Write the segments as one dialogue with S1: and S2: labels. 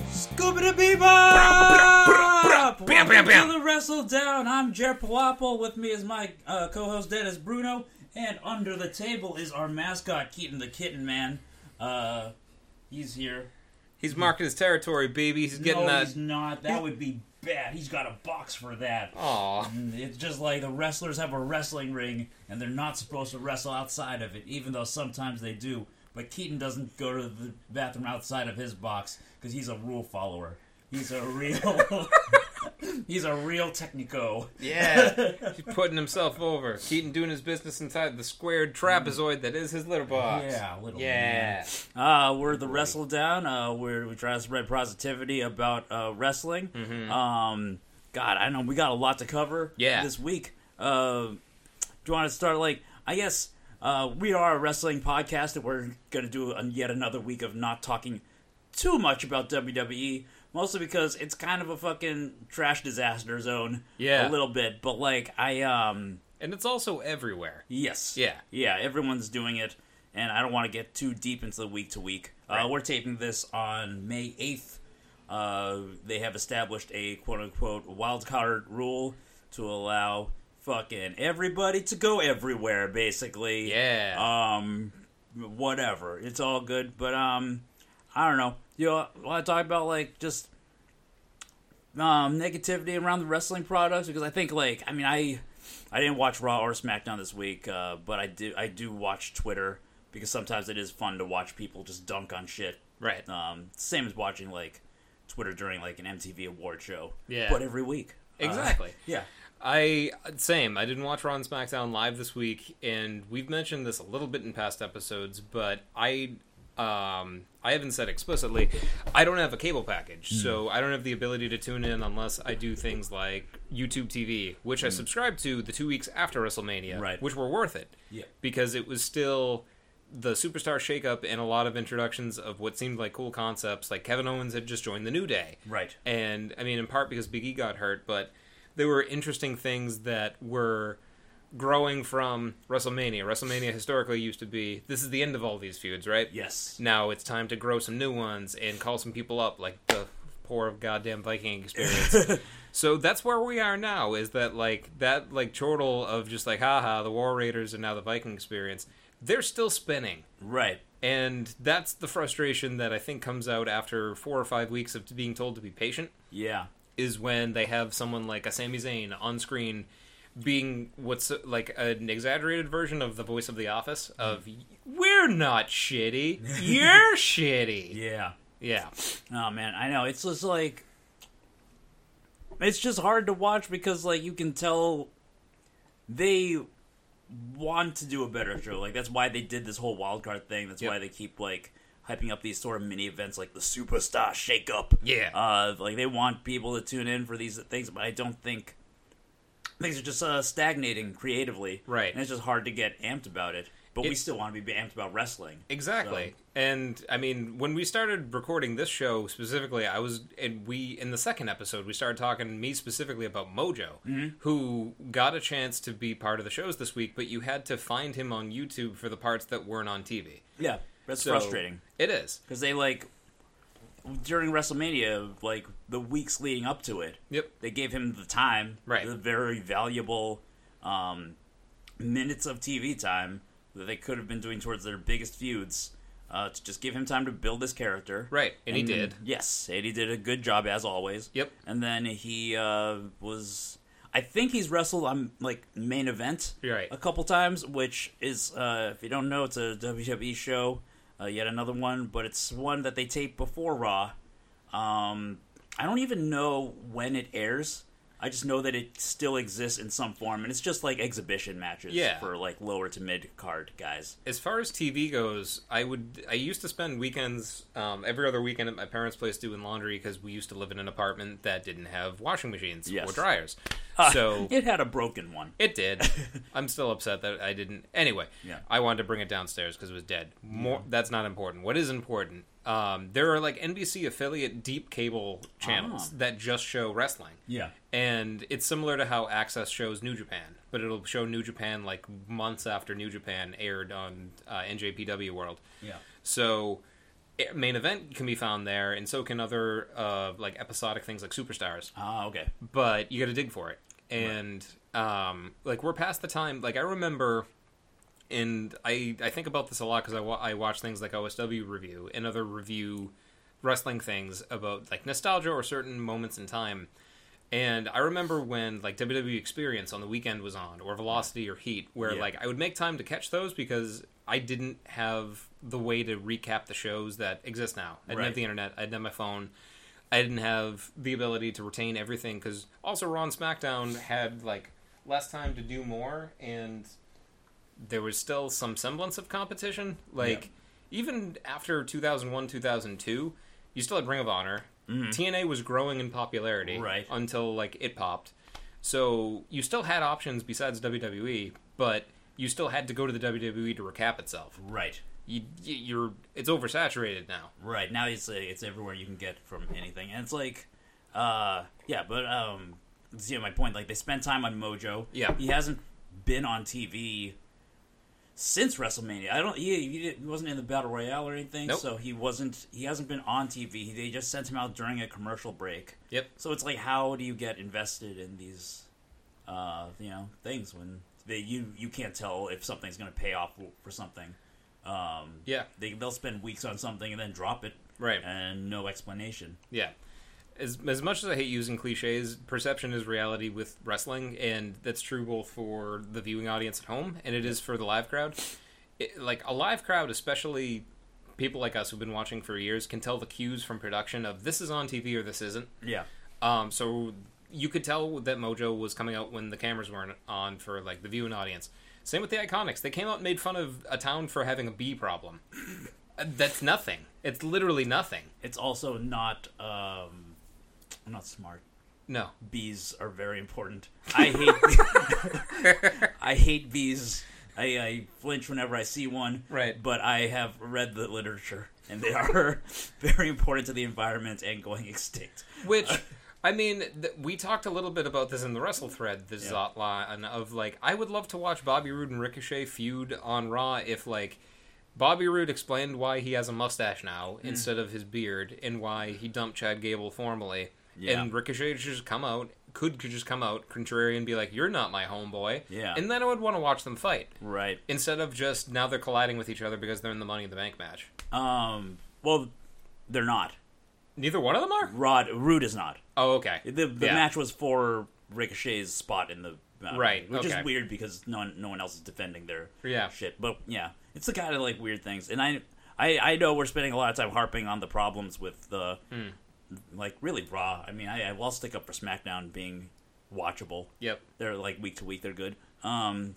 S1: Scooby Bebop! Welcome to the Wrestle Down. I'm Jer Palapal. With me is my uh, co-host Dennis Bruno, and under the table is our mascot Keaton the Kitten Man. Uh, he's here.
S2: He's marking his territory, baby. He's getting
S1: no,
S2: that.
S1: he's not. That would be bad. He's got a box for that.
S2: Aw.
S1: And It's just like the wrestlers have a wrestling ring, and they're not supposed to wrestle outside of it, even though sometimes they do. But Keaton doesn't go to the bathroom outside of his box because he's a rule follower. He's a real, he's a real technico.
S2: Yeah. he's putting himself over. Keaton doing his business inside the squared trapezoid that is his litter box.
S1: Yeah, little
S2: Yeah.
S1: Uh, we're the Wrestle Down. Uh, we're, we try to spread positivity about uh, wrestling. Um, God, I know we got a lot to cover
S2: Mm-hmm. Yeah.
S1: this week. Uh, do you want to start? Like, I guess uh, we are a wrestling podcast, and we're going to do an yet another week of not talking too much about WWE, mostly because it's kind of a fucking trash disaster zone.
S2: Yeah.
S1: a little bit. But like, I um.
S2: And it's also everywhere.
S1: Yes.
S2: Yeah.
S1: Yeah. Everyone's doing it, and I don't want to get too deep into the week to week. Uh,
S2: Right.
S1: We're taping this on May eighth. Uh, they have established a quote unquote wild card rule to allow fucking everybody to go everywhere, basically.
S2: Yeah.
S1: Um, whatever. It's all good, but um, I don't know. You know, want to talk about like just um negativity around the wrestling products because I think like I mean I I didn't watch Raw or SmackDown this week, uh, but I do I do watch Twitter because sometimes it is fun to watch people just dunk on shit.
S2: right.
S1: Um, same as watching like Twitter during like an MTV award show.
S2: Yeah.
S1: But every week. Uh,
S2: Exactly.
S1: yeah.
S2: I same. I didn't watch Raw and SmackDown live this week, and we've mentioned this a little bit in past episodes, but I um I haven't said explicitly I don't have a cable package,
S1: Hmm.
S2: so I don't have the ability to tune in unless I do things like YouTube TV, which I subscribed to the two weeks after WrestleMania,
S1: Hmm. Right.
S2: which were worth it,
S1: Yeah.
S2: because it was still the superstar shakeup and a lot of introductions of what seemed like cool concepts, like Kevin Owens had just joined the New Day,
S1: Right.
S2: and I mean, in part because Big E got hurt, but there were interesting things that were growing from WrestleMania. WrestleMania historically used to be this is the end of all these feuds, right?
S1: Yes.
S2: Now it's time to grow some new ones and call some people up, like the poor goddamn Viking experience. so that's where we are now. Is that like that like chortle of just like haha, the War Raiders and now the Viking experience? They're still spinning.
S1: Right.
S2: And that's the frustration that I think comes out after four or five weeks of being told to be patient
S1: Yeah.
S2: is when they have someone like a Sami Zayn on screen being what's uh, like an exaggerated version of the voice of the office of
S1: Mm.
S2: we're not shitty you're shitty
S1: Yeah.
S2: yeah
S1: Oh man, I know. It's just like it's just hard to watch because like you can tell they want to do a better show. Like that's why they did this whole wildcard thing. That's
S2: Yep.
S1: why they keep like hyping up these sort of mini events like the superstar shakeup.
S2: Yeah.
S1: Uh like they want people to tune in for these things, but I don't think things are just uh, stagnating creatively.
S2: Right.
S1: And it's just hard to get amped about it. But we
S2: It's-
S1: still want to be amped about wrestling.
S2: Exactly. And I mean, when we started recording this show specifically, I was and we in the second episode we started talking me specifically about Mojo,
S1: Mm-hmm.
S2: who got a chance to be part of the shows this week, but you had to find him on YouTube for the parts that weren't on TV.
S1: Yeah. That's
S2: So-
S1: frustrating.
S2: It is.
S1: because they like during WrestleMania, like the weeks leading up to it,
S2: Yep.
S1: they gave him the time,
S2: Right.
S1: The very valuable um, minutes of TV time that they could have been doing towards their biggest feuds uh, to just give him time to build this character,
S2: Right. And, he did.
S1: Yes, and he did a good job as always.
S2: Yep.
S1: And then he uh, was, I think he's wrestled on like main event,
S2: You're right.
S1: A couple times, which is, uh, if you don't know, it's a WWE show, uh, yet another one, but it's one that they tape before Raw. Um, I don't even know when it airs. I just know that it still exists in some form, and it's just like exhibition matches
S2: Yeah.
S1: for like lower to mid card guys.
S2: As far as TV goes, I would I used to spend weekends um, every other weekend at my parents' place doing laundry because we used to live in an apartment that didn't have washing machines
S1: Yes. Ah.
S2: or dryers. so
S1: it had a broken one.
S2: It did. I'm still upset that I didn't. Anyway,
S1: Yeah.
S2: I wanted to bring it downstairs because it was dead. More, That's not important. What is important? Um, there are like NBC affiliate deep cable channels
S1: Ah.
S2: that just show wrestling.
S1: Yeah.
S2: And it's similar to how Access shows New Japan, but it'll show New Japan like months after New Japan aired on uh, NJPW World.
S1: Yeah.
S2: So main event can be found there, and so can other uh, like episodic things like superstars.
S1: Ah, okay.
S2: But you got to dig for it, and um, like we're past the time. Like I remember, and I I think about this a lot because I wa- I watch things like OSW review and other review wrestling things about like nostalgia or certain moments in time. And I remember when like WWE Experience on the weekend was on, or Velocity or Heat, where
S1: Yeah.
S2: like I would make time to catch those because I didn't have the way to recap the shows that exist now. I didn't
S1: Right.
S2: have the internet. I didn't have my phone. I didn't have the ability to retain everything because also Raw and SmackDown had like less time to do more, and there was still some semblance of competition. Like even after 2001, 2002, you still had Ring of Honor. TNA was growing in popularity
S1: Mm-hmm. Right.
S2: until like it popped. So you still had options besides WWE, but you still had to go to the WWE to recap itself.
S1: Right.
S2: You, you- you're it's oversaturated now.
S1: Right now, it's uh, it's everywhere you can get from anything, and it's like, uh, yeah, but um, see my point. Like they spent time on Mojo.
S2: Yeah.
S1: he hasn't been on TV since WrestleMania. I don't. He he, didn't- he wasn't in the Battle Royale or anything,
S2: Nope.
S1: so he wasn't. He hasn't been on TV. They just sent him out during a commercial break.
S2: Yep.
S1: So it's like, how do you get invested in these, uh, you know, things when they, you you can't tell if something's going to pay off for something. Um,
S2: Yeah.
S1: they they'll spend weeks on something and then drop it
S2: Right.
S1: and no explanation.
S2: Yeah. As, as much as I hate using cliches, perception is reality with wrestling, and that's true both for the viewing audience at home and it is for the live crowd. It, like a live crowd, especially people like us who've been watching for years, can tell the cues from production of this is on TV or this isn't.
S1: Yeah,
S2: Um, so you could tell that Mojo was coming out when the cameras weren't on for like the viewing audience. Same with the Iconics. They came out and made fun of a town for having a bee problem. Uh, That's nothing. It's literally nothing.
S1: it's also not um, not smart.
S2: No.
S1: Bees are very important. I hate I hate bees. I, I flinch whenever I see one.
S2: Right.
S1: But I have read the literature, and they are very important to the environment and going extinct.
S2: Which, I mean, th- we talked a little bit about this in the Wrestle Thread, this
S1: Yeah.
S2: line of like, I would love to watch Bobby Roode and Ricochet feud on Raw if like Bobby Roode explained why he has a mustache now
S1: Mm.
S2: instead of his beard and why he dumped Chad Gable formally,
S1: Yeah.
S2: and Ricochet should just come out. Could could just come out contrarian and be like, "You're not my homeboy,"
S1: Yeah.
S2: and then I would want to watch them fight
S1: Right.
S2: instead of just now they're colliding with each other because they're in the Money in the Bank match.
S1: Um. Well, they're not.
S2: Neither one of them are.
S1: Rod Rude is not.
S2: Oh, okay.
S1: The, the
S2: Yeah.
S1: match was for Ricochet's spot in the uh,
S2: Right,
S1: which
S2: okay.
S1: is weird because no one, no one else is defending their
S2: Yeah.
S1: shit. But yeah, it's the kind of like weird things, and I I, I know we're spending a lot of time harping on the problems with the
S2: Hmm.
S1: like really Raw. I mean, I, I will stick up for SmackDown being watchable.
S2: Yep.
S1: They're like week to week, they're good. Um,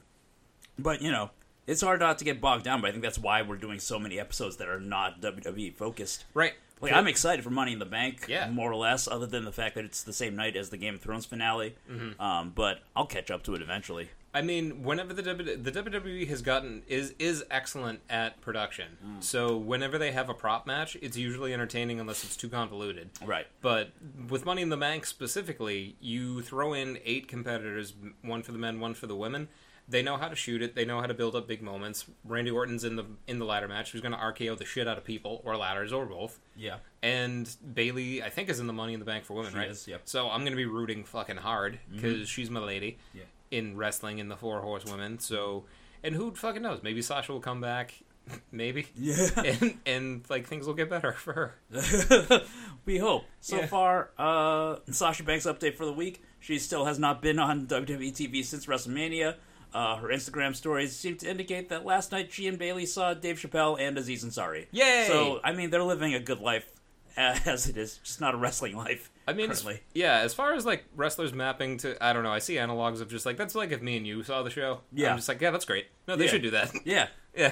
S1: but you know, it's hard not to get bogged down. But I think that's why we're doing so many episodes that are not WWE focused.
S2: Right.
S1: Like I'm excited for Money in the Bank,
S2: Yeah.
S1: more or less, other than the fact that it's the same night as the Game of Thrones finale.
S2: Mm-hmm.
S1: Um, but I'll catch up to it eventually.
S2: I mean, whenever the w, the WWE has gotten is is excellent at production.
S1: Mm.
S2: So whenever they have a prop match, it's usually entertaining unless it's too convoluted.
S1: Right.
S2: But with Money in the Bank specifically, you throw in eight competitors, m- one for the men, one for the women. They know how to shoot it. They know how to build up big moments. Randy Orton's in the in the ladder match. Who's going to RKO the shit out of people or ladders or both?
S1: Yeah.
S2: And Bailey, I think, is in the Money in the Bank for women,
S1: She
S2: right?
S1: is, yep. Mm-hmm.
S2: So I'm going to be rooting fucking hard because she's my lady
S1: Yeah.
S2: in wrestling in the four horsewomen. So, and who fucking knows? Maybe Sasha will come back, maybe,
S1: Yeah.
S2: and and like things will get better for her.
S1: we hope. So
S2: Yeah.
S1: far, uh, Sasha Banks update for the week. She still has not been on WWE TV since WrestleMania. Uh, her Instagram stories seem to indicate that last night she and Bailey saw Dave Chappelle and Aziz Ansari.
S2: Yay!
S1: So I mean, they're living a good life uh, as it is, just not a wrestling life.
S2: I mean, as-
S1: currently.
S2: yeah. As far as like wrestlers mapping to, I don't know. I see analogs of just like that's like if me and you saw the show.
S1: Yeah.
S2: I'm just like, yeah, that's great. No, they
S1: Yeah.
S2: should do that.
S1: yeah.
S2: yeah,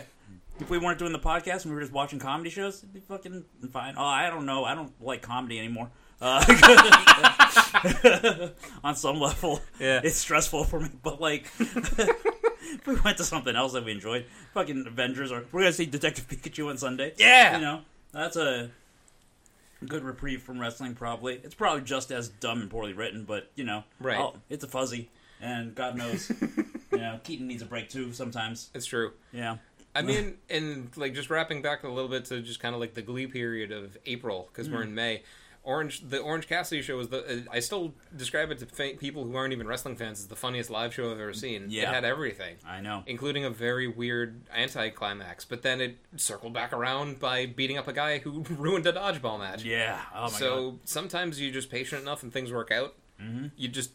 S1: If we weren't doing the podcast and we were just watching comedy shows, it'd be fucking fine. Oh, I don't know. I don't like comedy anymore. Uh, on some level,
S2: Yeah.
S1: it's stressful for me. But like, if we went to something else that we enjoyed, fucking Avengers, or we're gonna see Detective Pikachu on Sunday.
S2: Yeah.
S1: you know that's a good reprieve from wrestling. Probably it's probably just as dumb and poorly written, but you know,
S2: Right.
S1: I'll- it's a fuzzy, and God knows, you know, Keaton needs a break too sometimes.
S2: it's true.
S1: Yeah.
S2: I mean, and like just wrapping back a little bit to just kind of like the Glee period of April because we're
S1: Mm.
S2: in May. Orange, the Orange Cassidy show is the. uh, I still describe it to fa- people who aren't even wrestling fans as the funniest live show I've ever seen.
S1: Yeah.
S2: It had everything,
S1: I know.
S2: including a very weird anticlimax, but then it circled back around by beating up a guy who ruined a dodgeball match.
S1: Yeah. Oh my
S2: so
S1: god.
S2: sometimes you're just patient enough and things work out. Mm-hmm. You just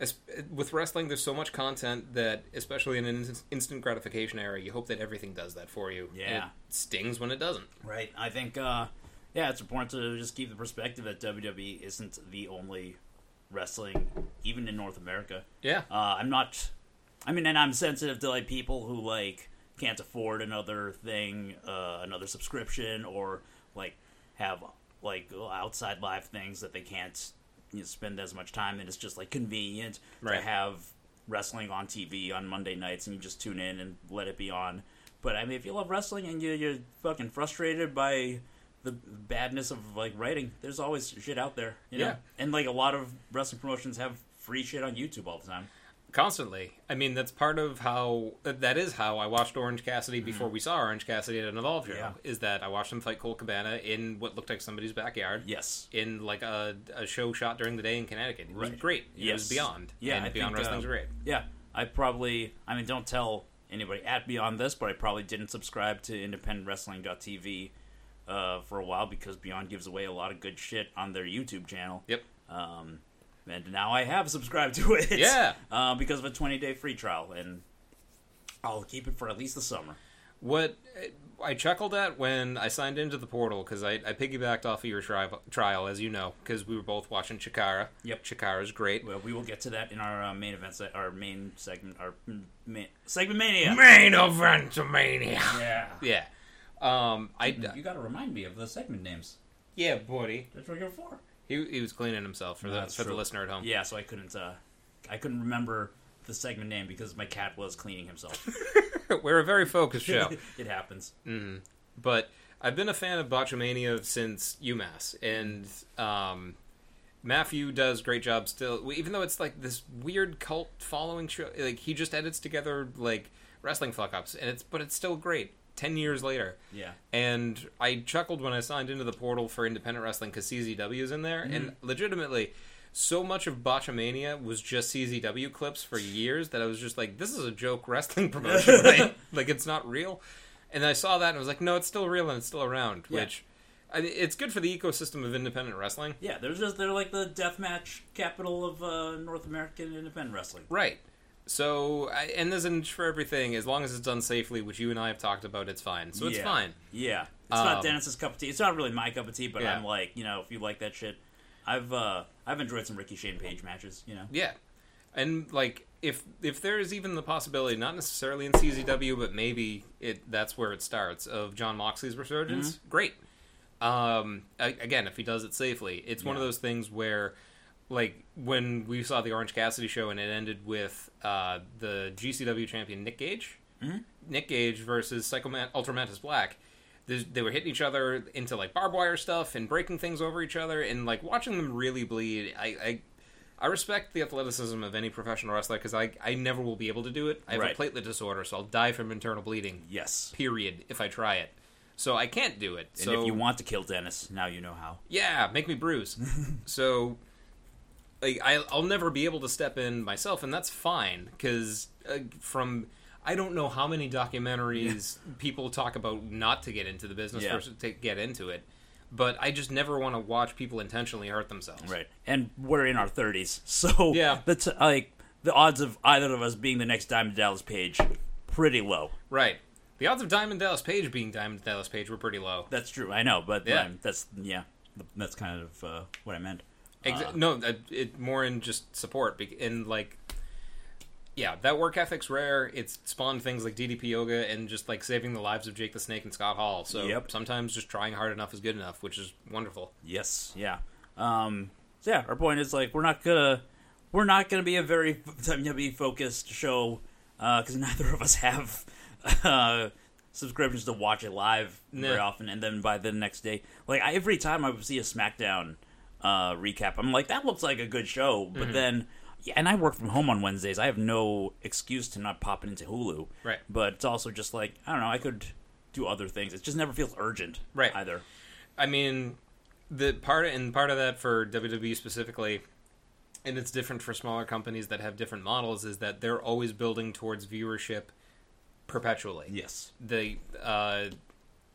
S2: es- with wrestling, there's so much content that, especially in an in- instant gratification era, you hope that everything does that for you. And
S1: Yeah.
S2: it stings when it doesn't.
S1: Right. I think. uh Yeah, it's important to just keep the perspective that WWE isn't the only wrestling, even in North America.
S2: Yeah,
S1: Uh, I'm not. I mean, and I'm sensitive to like people who like can't afford another thing, uh, another subscription, or like have like outside live things that they can't you know, spend as much time. And it's just like convenient
S2: Right.
S1: to have wrestling on TV on Monday nights, and you just tune in and let it be on. But I mean, if you love wrestling and you, you're fucking frustrated by the badness of like writing, there's always shit out there, you know.
S2: Yeah.
S1: And like a lot of wrestling promotions have free shit on YouTube all the time.
S2: constantly. I mean, that's part of how that is how I watched Orange Cassidy before we saw Orange Cassidy at an Evolve show.
S1: Mm-hmm. Yeah.
S2: Is that I watched him fight Cole Cabana in what looked like somebody's backyard.
S1: Yes.
S2: In like a, a show shot during the day in Connecticut, it was
S1: Right.
S2: great. It was
S1: Yes.
S2: beyond.
S1: Yeah,
S2: and
S1: I
S2: beyond
S1: think, uh,
S2: wrestling's great.
S1: Yeah. I probably, I mean, don't tell anybody at Beyond this, but I probably didn't subscribe to independentwrestling.tv uh, for a while because Beyond gives away a lot of good shit on their YouTube channel.
S2: Yep.
S1: Um, and now I have subscribed to it.
S2: Yeah.
S1: Uh, because of a 20 day free trial. And I'll keep it for at least the summer.
S2: What I chuckled at when I signed into the portal because I, I piggybacked off of your tri- trial, as you know, because we were both watching Chikara.
S1: Yep.
S2: Chikara's great.
S1: Well, we will get to that in our uh, main event, se- our main segment, our mm, ma- segment mania.
S2: Main event mania.
S1: Yeah.
S2: Yeah. Um. I.
S1: You got to remind me of the segment names.
S2: Yeah, buddy.
S1: That's what you're for.
S2: He he was cleaning himself for the
S1: That's
S2: for the
S1: true.
S2: listener at home.
S1: Yeah, so I couldn't uh I couldn't remember the segment name because my cat was cleaning himself.
S2: We're a very focused show.
S1: it happens.
S2: Mm. but I've been a fan of Botchamania since UMass, and um, Matthew does great job still. Even though it's like this weird cult following show, like he just edits together like wrestling fuck ups, and it's but it's still great. Ten years later,
S1: Yeah.
S2: and I chuckled when I signed into the portal for independent wrestling because CZW is in there, and
S1: Mm-hmm.
S2: legitimately. So much of Botchamania was just CZW clips for years that I was just like, "This is a joke wrestling promotion, right? like it's not real." And then I saw that and I was like, "No, it's still real and it's still around."
S1: Yeah.
S2: Which, I mean, it's good for the ecosystem of independent wrestling,
S1: Yeah, they're just they're like the deathmatch capital of uh, North American independent wrestling.
S2: right? So, I, and there's an inch for everything as long as it's done safely, which you and I have talked about. It's fine, so it's
S1: Yeah.
S2: fine.
S1: Yeah. It's
S2: Um,
S1: not Dennis's cup of tea. It's not really my cup of tea, but
S2: Yeah.
S1: I'm like, you know, if you like that shit, I've uh I've enjoyed some Ricky Shane Page matches, you know.
S2: Yeah, and like if if there is even the possibility, not necessarily in CZW, but maybe it that's where it starts of John Moxley's resurgence. Great. Um, a- again, if he does it safely, it's one of
S1: Yeah.
S2: those things where, like when we saw the Orange Cassidy show and it ended with uh, the GCW champion Nick Gage,
S1: Mm-hmm.
S2: Nick Gage versus Psycho Man- Ultramantis Black. There's- They were hitting each other into like barbed wire stuff and breaking things over each other, and like watching them really bleed. I, I I respect the athleticism of any professional wrestler because I, I never will be able to do it. I have
S1: Right.
S2: a platelet disorder, so I'll die from internal bleeding,
S1: Yes.
S2: period, if I try it. So I can't do it.
S1: And
S2: so
S1: if you want to kill Dennis, now you know how.
S2: yeah, make me bruise. so like, I, I'll never be able to step in myself, and that's fine because uh, from I don't know how many documentaries people talk about not to get into the business
S1: Yeah.
S2: versus to get into it, but I just never want to watch people intentionally hurt themselves.
S1: Right. And we're in our 30s. So
S2: Yeah.
S1: the t- like the odds of either of us being the next Diamond Dallas Page pretty low.
S2: Right. The odds of Diamond Dallas Page being Diamond Dallas Page were pretty low.
S1: That's true. I know, but
S2: Yeah.
S1: um, that's yeah, that's kind of uh, what I meant.
S2: Ex- no, uh, it more in just support bec- and like, yeah, that work ethic's rare. It's spawned things like DDP yoga and just like saving the lives of Jake the Snake and Scott Hall. So
S1: Yep.
S2: sometimes just trying hard enough is good enough, which is wonderful.
S1: Yes, yeah. Um, so yeah, our point is like we're not gonna we're not gonna be a very WWE focused show because neither of us have uh, subscriptions to watch it live very
S2: No.
S1: often. And then by the next day, like I, every time I would see a SmackDown uh, recap, I'm like, that looks like a good show, but then. yeah, and I work from home on Wednesdays. I have no excuse to not popping into Hulu.
S2: Right.
S1: But it's also just like I don't know. I could do other things. It just never feels urgent.
S2: Right.
S1: Either.
S2: I mean, the part and part of that for WWE specifically, and it's different for smaller companies that have different models, is that they're always building towards viewership perpetually.
S1: Yes.
S2: They, uh,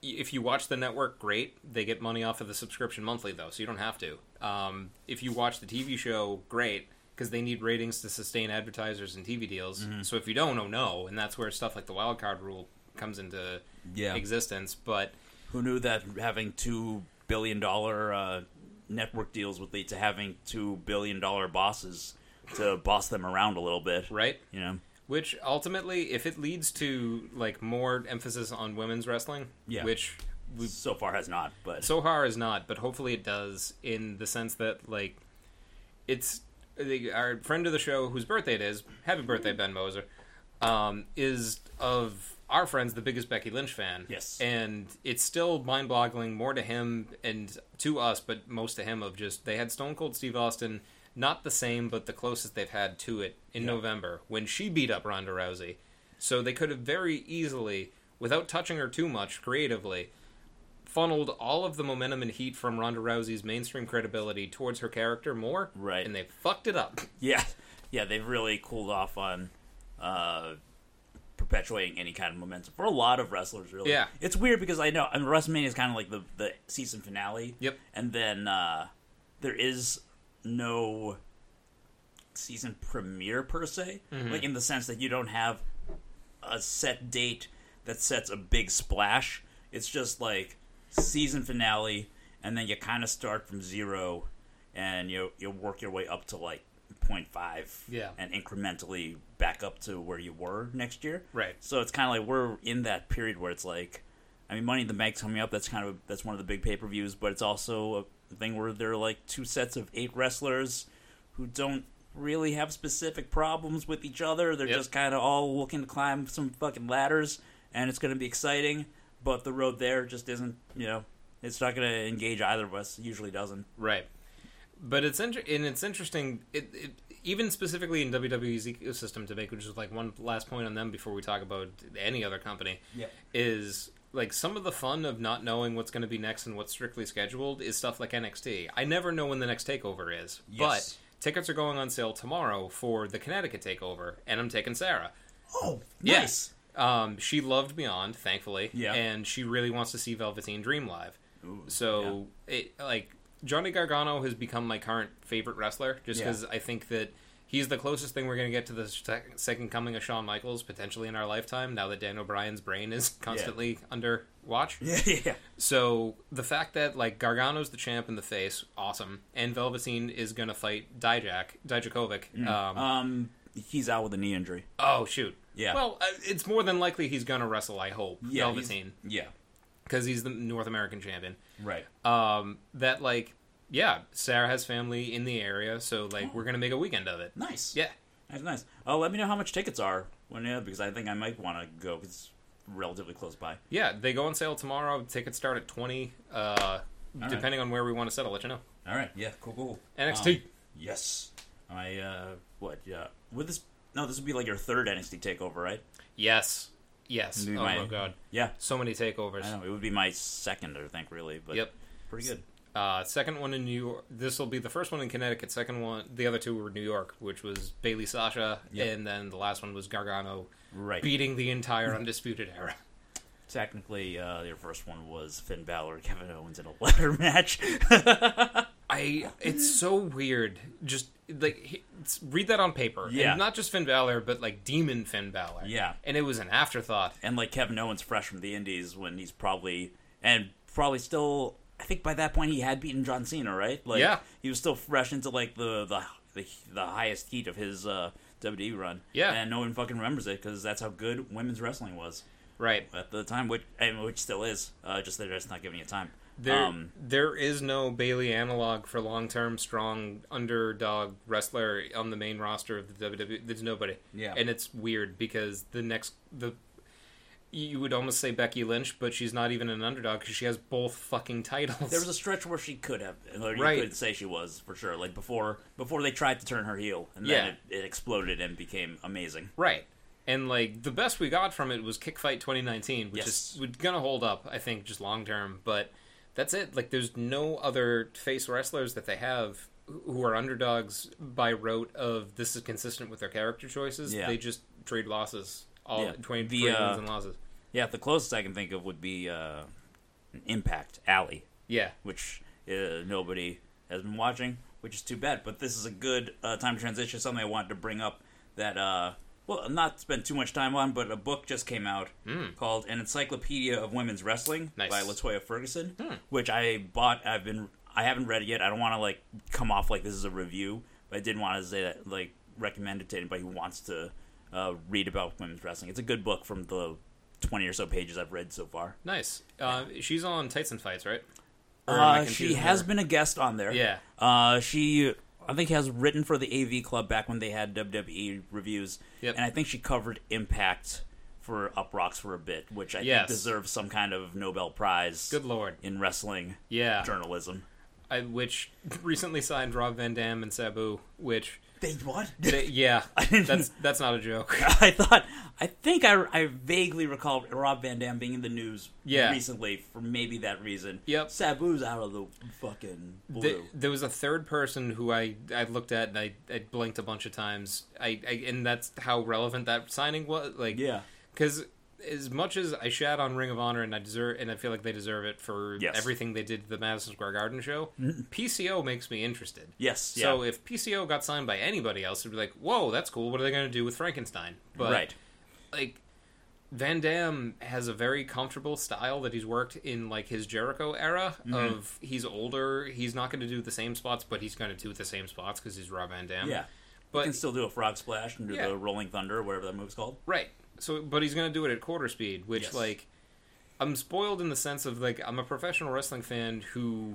S2: if you watch the network, great. They get money off of the subscription monthly though, so you don't have to. Um, if you watch the TV show, great. Because they need ratings to sustain advertisers and TV deals.
S1: Mm-hmm.
S2: So if you don't, oh no. And that's where stuff like the wild card rule comes into
S1: Yeah.
S2: existence. But
S1: Who knew that having two billion dollar uh, network deals would lead to having two billion dollar bosses to boss them around a little bit?
S2: right,
S1: You know.
S2: Which ultimately, if it leads to like more emphasis on women's wrestling,
S1: Yeah.
S2: which we,
S1: So far has not, but
S2: so far is not, but hopefully it does in the sense that like it's the, our friend of the show whose birthday it is. Happy birthday, Ben Moser! Um, is of our friends the biggest Becky Lynch fan.
S1: Yes.
S2: and it's still mind-boggling more to him and to us, but most to him of just they had Stone Cold Steve Austin. Not the same, but the closest they've had to it in November when she beat up Ronda Rousey. So they could have very easily, without touching her too much creatively, funneled all of the momentum and heat from Ronda Rousey's mainstream credibility towards her character more.
S1: Right.
S2: And they fucked it up.
S1: yeah, yeah, they've really cooled off on uh, perpetuating any kind of momentum for a lot of wrestlers. Really,
S2: Yeah.
S1: it's weird because I know I mean, WrestleMania is kind of like the the season finale.
S2: Yep.
S1: and then uh, there is no season premiere per se, like in the sense that you don't have a set date that sets a big splash. It's just like season finale, and then you kind of start from zero, and you you work your way up to like 0.5
S2: Yeah.
S1: and incrementally back up to where you were next year.
S2: Right.
S1: So it's kind of like we're in that period where it's like, I mean, Money in the Bank's coming up. That's kind of that's one of the big pay per views, but it's also a thing where there are like two sets of eight wrestlers who don't really have specific problems with each other. They're
S2: Yep.
S1: just kind of all looking to climb some fucking ladders, and it's going to be exciting. But the road there just isn't, you know, it's not going to engage either of us. It usually doesn't.
S2: Right. But it's inter- and it's interesting. It, it even specifically in WWE's ecosystem to make, which is like one last point on them before we talk about any other company.
S1: Yeah.
S2: Is like some of the fun of not knowing what's going to be next and what's strictly scheduled is stuff like NXT. I never know when the next takeover is,
S1: Yes.
S2: but tickets are going on sale tomorrow for the Connecticut takeover, and I'm taking Sarah.
S1: Oh,
S2: Yes. Um, she loved Beyond, thankfully.
S1: Yeah.
S2: And she really wants to see Velveteen Dream live. so it like Johnny Gargano has become my current favorite wrestler, just
S1: Yeah.
S2: because I think that he's the closest thing we're going to get to the sec- second coming of Shawn Michaels potentially in our lifetime. Now that Dan O'Brien's brain is constantly under watch.
S1: Yeah. yeah.
S2: So the fact that like Gargano's the champ in the face, awesome, and Velveteen is going to fight Dijak Dijakovic. Um,
S1: Um, he's out with a knee injury.
S2: Oh shoot.
S1: Yeah.
S2: Well, uh, it's more than likely he's gonna wrestle. I hope
S1: Yeah, he's-
S2: Velveteen
S1: Yeah.
S2: because he's the North American champion.
S1: Right.
S2: Um, that like, yeah, Sarah has family in the area, so like we're gonna make a weekend of it.
S1: Nice.
S2: Yeah.
S1: That's nice. Oh, let me know how much tickets are when yeah, because I think I might want to go 'cause it's relatively close by.
S2: Yeah, they go on sale tomorrow. Tickets start at twenty. Uh,
S1: right.
S2: depending on where we want to settle, let you know.
S1: All right. Yeah. Cool. Cool.
S2: NXT.
S1: Um, yes. I uh, what? Yeah. Would this? No, this would be like your third NXT takeover, right?
S2: Yes. Yes. Oh
S1: Maybe my-
S2: my god.
S1: Yeah.
S2: So many takeovers.
S1: I know. It would be my second, I think, really. But
S2: Yep.
S1: Pretty good.
S2: Uh, second one in New York. This will be the first one in Connecticut. Second one, the other two were New York, which was Bailey Sasha,
S1: Yep.
S2: and then the last one was Gargano
S1: Right.
S2: beating the entire Undisputed Era.
S1: Technically, uh, your first one was Finn Balor, Kevin Owens in a ladder match.
S2: I. It's
S1: Mm-hmm.
S2: so weird. Just like he- it's- read that on paper. And
S1: Yeah.
S2: not just Finn Balor, but like Demon Finn Balor.
S1: Yeah.
S2: And it was an afterthought.
S1: and like Kevin Owens fresh from the Indies when he's probably and probably still I think by that point he had beaten John Cena, right? Like
S2: Yeah.
S1: he was still fresh into like the the the, the highest heat of his uh, WWE run.
S2: Yeah.
S1: and no one fucking remembers it because that's how good women's wrestling was
S2: Right.
S1: at the time, which and which still is. Uh, just they're just not giving it time.
S2: There,
S1: um,
S2: there is no Bailey analog for long-term, strong underdog wrestler on the main roster of the WWE. There's nobody.
S1: Yeah.
S2: and it's weird because the next the you would almost say Becky Lynch, but she's not even an underdog because she has both fucking titles.
S1: There was a stretch where she could have, or you
S2: Right.
S1: could say she was for sure. Like before, before they tried to turn her heel, and then it, it exploded and became amazing.
S2: Right. And like the best we got from it was Kick Fight 2019, which
S1: Yes.
S2: is we're gonna hold up, I think, just long term. But that's it. Like there's no other face wrestlers that they have who are underdogs by rote of this is consistent with their character choices.
S1: Yeah.
S2: They just trade losses. All
S1: Yeah.
S2: twenty
S1: The,
S2: trade wins
S1: uh,
S2: and losses.
S1: Yeah, the closest I can think of would be uh, Impact Alley,
S2: Yeah.
S1: which uh, nobody has been watching, which is too bad. But this is a good uh, time to transition. Something I wanted to bring up that, uh, well, not spend too much time on, but a book just came out called "An Encyclopedia of Women's Wrestling"
S2: Hmm. Nice. Hmm.
S1: by Latoya Ferguson, which I bought. I've been, I haven't read it yet. I don't want to like come off like this is a review, but I did want to say that like recommend it to anybody who wants to uh, read about women's wrestling. It's a good book from the twenty or so pages I've read so far.
S2: Nice. Uh, she's on Tights and Fights, right? Or am I
S1: Uh, she
S2: confusing
S1: has
S2: her?
S1: been a guest on there.
S2: Yeah.
S1: Uh, she, I think, has written for the AV Club back when they had WWE reviews.
S2: Yep.
S1: And I think she covered Impact for Up Rocks for a bit, which I
S2: Yes.
S1: think deserves some kind of Nobel Prize
S2: Good lord.
S1: in wrestling
S2: Yeah.
S1: journalism.
S2: I, which recently signed Rob Van Dam and Sabu, which
S1: They what?
S2: they, yeah,
S1: didn't-
S2: that's that's not a joke.
S1: I thought, I think I, I vaguely recall Rob Van Dam being in the news
S2: Yeah.
S1: recently for maybe that reason.
S2: Yep.
S1: Sabu's out of the fucking blue.
S2: Th there was a third person who I, I looked at and I, I blinked a bunch of times. I, I and that's how relevant that signing was. Like,
S1: yeah.
S2: because as much as I shat on Ring of Honor and I deserve and I feel like they deserve it for
S1: Yes.
S2: everything they did to the Madison Square Garden show, PCO makes me interested.
S1: Yes. Yeah.
S2: So if PCO got signed by anybody else, it'd be like, whoa, that's cool. What are they going to do with Frankenstein? But
S1: right.
S2: like Van Damme has a very comfortable style that he's worked in like his Jericho era
S1: Mm-hmm.
S2: of he's older, he's not going to do the same spots, but he's going to do the same spots cuz he's Rob Van Dam.
S1: Yeah.
S2: Um, But
S1: can still do a frog splash and do
S2: Yeah.
S1: the rolling thunder, whatever that move's called.
S2: right. So but he's going to do it at quarter speed, which
S1: Yes.
S2: like I'm spoiled in the sense of like I'm a professional wrestling fan who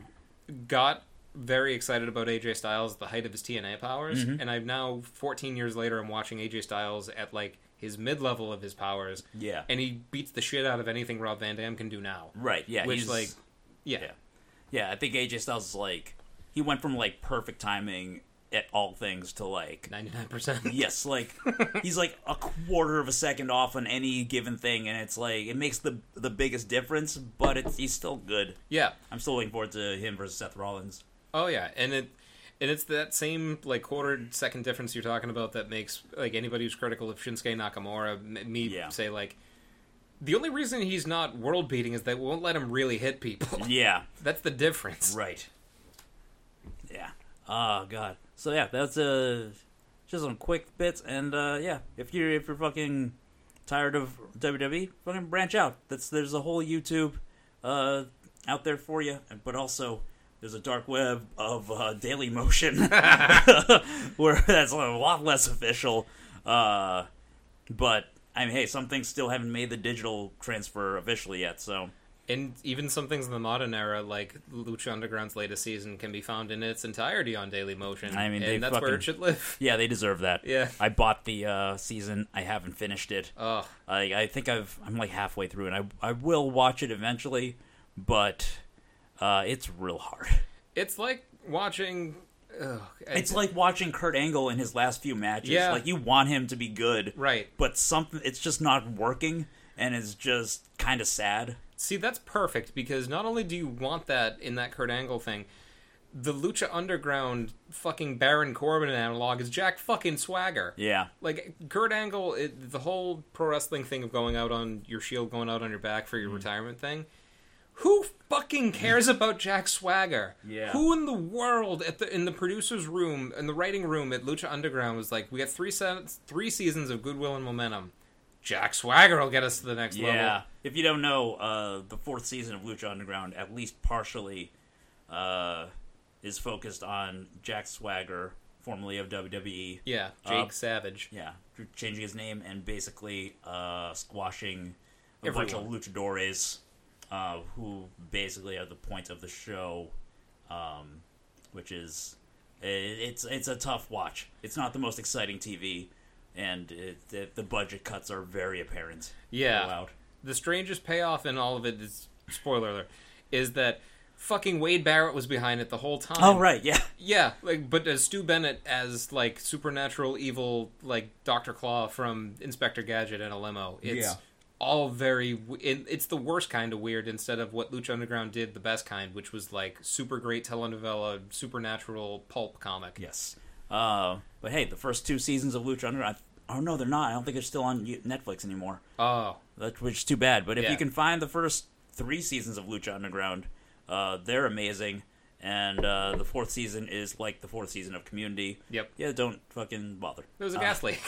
S2: got very excited about AJ Styles at the height of his TNA powers,
S1: Mm-hmm.
S2: and I've now 14 years later I'm watching AJ Styles at like his mid level of his powers,
S1: Yeah.
S2: and he beats the shit out of anything Rob Van Dam can do now.
S1: right. Yeah.
S2: Which
S1: he's
S2: like, yeah,
S1: yeah. yeah. I think AJ Styles is like he went from like perfect timing at all things to like
S2: ninety nine percent.
S1: yes, like he's like a quarter of a second off on any given thing, and it's like it makes the the biggest difference. But it's he's still good.
S2: Yeah.
S1: I'm still looking forward to him versus Seth Rollins.
S2: Oh yeah, and it and it's that same like quarter second difference you're talking about that makes like anybody who's critical of Shinsuke Nakamura m- me
S1: Yeah.
S2: say like. The only reason he's not world beating is they won't let him really hit people.
S1: Yeah.
S2: That's the difference.
S1: Right. Yeah. Oh god. So yeah, that's uh just some quick bits and uh yeah, if you're if you're fucking tired of WWE, fucking branch out. That's there's a whole YouTube uh out there for you, but also there's a dark web of uh, Daily Motion where that's a lot less official. Uh, but I mean, hey, some things still haven't made the digital transfer officially yet, so
S2: And even some things in the modern era, like Lucha Underground's latest season, can be found in its entirety on Daily Motion.
S1: I mean, they
S2: and that's where
S1: fucking-
S2: it should live.
S1: yeah, they deserve that.
S2: Yeah.
S1: I bought the uh, season. I haven't finished it.
S2: Ugh.
S1: I, I think I've I'm like halfway through, and I I will watch it eventually, but uh, it's real hard.
S2: It's like watching. Ugh,
S1: It's like watching Kurt Angle in his last few matches.
S2: Yeah.
S1: Like you want him to be good,
S2: right.
S1: But something it's just not working, and it's just kind of sad.
S2: See, that's perfect because not only do you want that in that Kurt Angle thing, the Lucha Underground fucking Baron Corbin analog is Jack fucking Swagger.
S1: Yeah,
S2: Like Kurt Angle, it, the whole pro wrestling thing of going out on your shield, going out on your back for
S1: Mm-hmm.
S2: your retirement thing. Who fucking cares about Jack Swagger?
S1: Yeah.
S2: Who in the world at the in the producers' room in the writing room at Lucha Underground was like, we got three se- three seasons of goodwill and momentum. Jack Swagger will get us to the next
S1: yeah.
S2: level.
S1: If you don't know, uh, the fourth season of Lucha Underground, at least partially, uh, is focused on Jack Swagger, formerly of WWE.
S2: Yeah, Jake
S1: Uh,
S2: Savage.
S1: yeah, changing his name and basically uh, squashing a
S2: Everyone.
S1: bunch of luchadores uh, who basically are the point of the show, um, which is i it's it's a tough watch. It's not the most exciting TV, and it, the the budget cuts are very apparent.
S2: Yeah.
S1: throughout.
S2: the strangest payoff in all of it is spoiler alert is that fucking Wade Barrett was behind it the whole time.
S1: Oh right, yeah.
S2: Yeah, like but as Stu Bennett as like supernatural evil like Doctor Claw from Inspector Gadget and a limo. It's
S1: Yeah.
S2: all very w- it, it's the worst kind of weird instead of what Lucha Underground did the best kind, which was like super great telenovela, supernatural pulp comic.
S1: Yes. Uh, but hey, the first two seasons of Lucha Underground. Oh no, they're not. I don't think they're still on U- Netflix anymore.
S2: Oh,
S1: That, which is too bad. But if
S2: Yeah.
S1: you can find the first three seasons of Lucha Underground, uh, they're amazing. And uh, the fourth season is like the fourth season of Community.
S2: Yep.
S1: Yeah, don't fucking bother.
S2: there was a gas leak.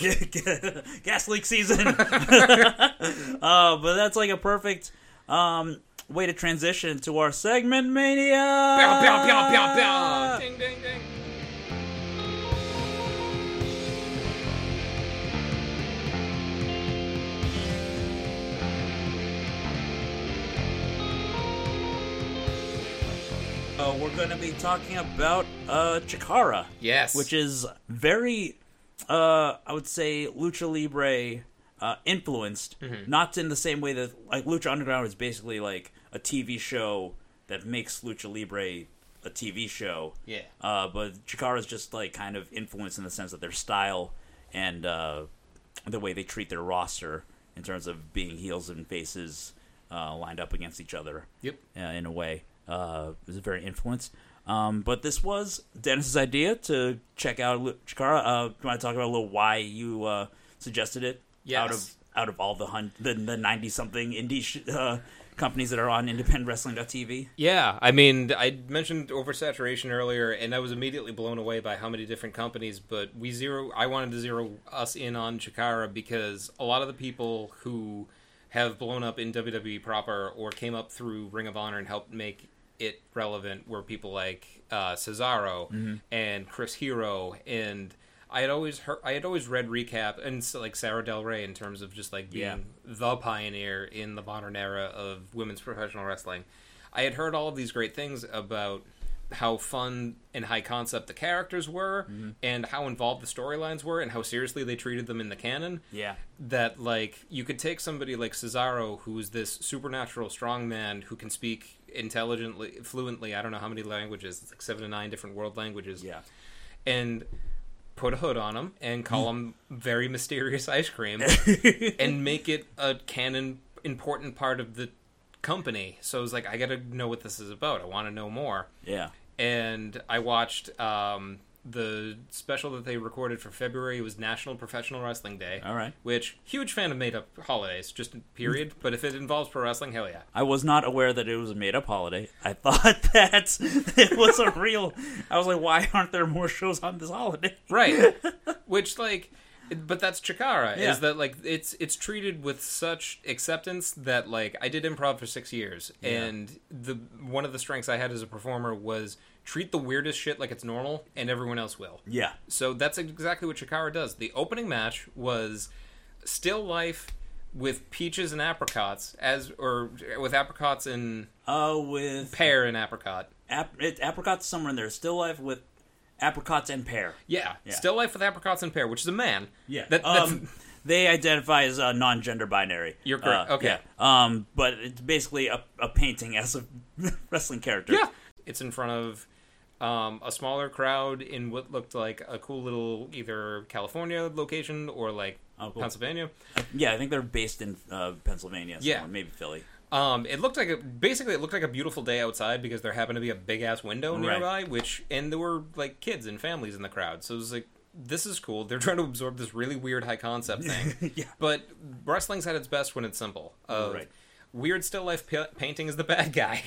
S1: gas leak season. uh, but that's like a perfect um, way to transition to our segment mania.
S2: Pow, pow, pow, pow, pow. Ding, ding, ding.
S1: Uh, we're going to be talking about uh, Chikara,
S2: Yes.
S1: which is very, uh, I would say, lucha libre uh, influenced.
S2: Mm-hmm.
S1: Not in the same way that like Lucha Underground is basically like a TV show that makes lucha libre a TV show.
S2: Yeah.
S1: Uh, but Chikara's just like kind of influenced in the sense that their style and uh, the way they treat their roster in terms of being heels and faces uh, lined up against each other
S2: Yep.
S1: uh, in a way. Uh, it was very influenced. Um, but this was Dennis's idea to check out Lu- Chikara. Uh, do you want to talk about a little why you uh, suggested it? Out of
S2: Yes.
S1: out of all the hun- the the ninety something indie sh- uh, companies that are on independentwrestling.tv.
S2: Yeah, I mean, I mentioned oversaturation earlier, and I was immediately blown away by how many different companies. But we zero, I wanted to zero us in on Chikara because a lot of the people who have blown up in WWE proper or came up through Ring of Honor and helped make it relevant were people like uh, Cesaro and Chris Hero and. I had always heard, I had always read recap and so like Sarah Del Rey in terms of just like being
S1: Yeah.
S2: the pioneer in the modern era of women's professional wrestling. I had heard all of these great things about how fun and high concept the characters were and how involved the storylines were and how seriously they treated them in the canon
S1: Yeah.
S2: that like you could take somebody like Cesaro, who's this supernatural strongman who can speak intelligently, fluently. I don't know how many languages. It's like seven to nine different world languages.
S1: Yeah.
S2: and put a hood on him and call him very mysterious ice cream, and make it a canon important part of the company. So I was like, I gotta know what this is about. I want to know more
S1: Yeah.
S2: and I watched um, the special that they recorded for February. It was National Professional Wrestling Day.
S1: All right.
S2: Which huge fan of made up holidays, just period. but if it involves pro wrestling, hell yeah.
S1: I was not aware that it was a made up holiday. I thought that it was a real. I was like, why aren't there more shows on this holiday?
S2: Right. which like but that's Chikara
S1: Yeah.
S2: is that like it's it's treated with such acceptance that like I did improv for 6 years and the one of the strengths I had as a performer was treat the weirdest shit like it's normal and everyone else will.
S1: Yeah.
S2: So that's exactly what Chikara does. The opening match was still life with peaches and apricots, as or with apricots and
S1: Uh, with
S2: pear and apricot.
S1: ap- it, apricots somewhere in there. Still life with apricots and pear.
S2: Yeah, still life with apricots and pear, which is a man. that, that's,
S1: um, they identify as uh, non-gender binary.
S2: You're correct.
S1: Uh,
S2: Okay.
S1: yeah. Um, but it's basically a, a painting as a wrestling character.
S2: yeah. It's in front of um, a smaller crowd in what looked like a cool little either California location or like
S1: Oh, cool.
S2: Pennsylvania.
S1: Yeah, I think they're based in uh, Pennsylvania.
S2: Yeah.
S1: somewhere, maybe Philly.
S2: Um, it looked like a, basically it looked like a beautiful day outside because there happened to be a big ass window
S1: Right.
S2: nearby, which and there were like kids and families in the crowd, so it was like this is cool. They're trying to absorb this really weird high concept thing,
S1: Yeah.
S2: but wrestling's at its best when it's simple. Of
S1: Right.
S2: Weird still life pa- painting is the bad guy,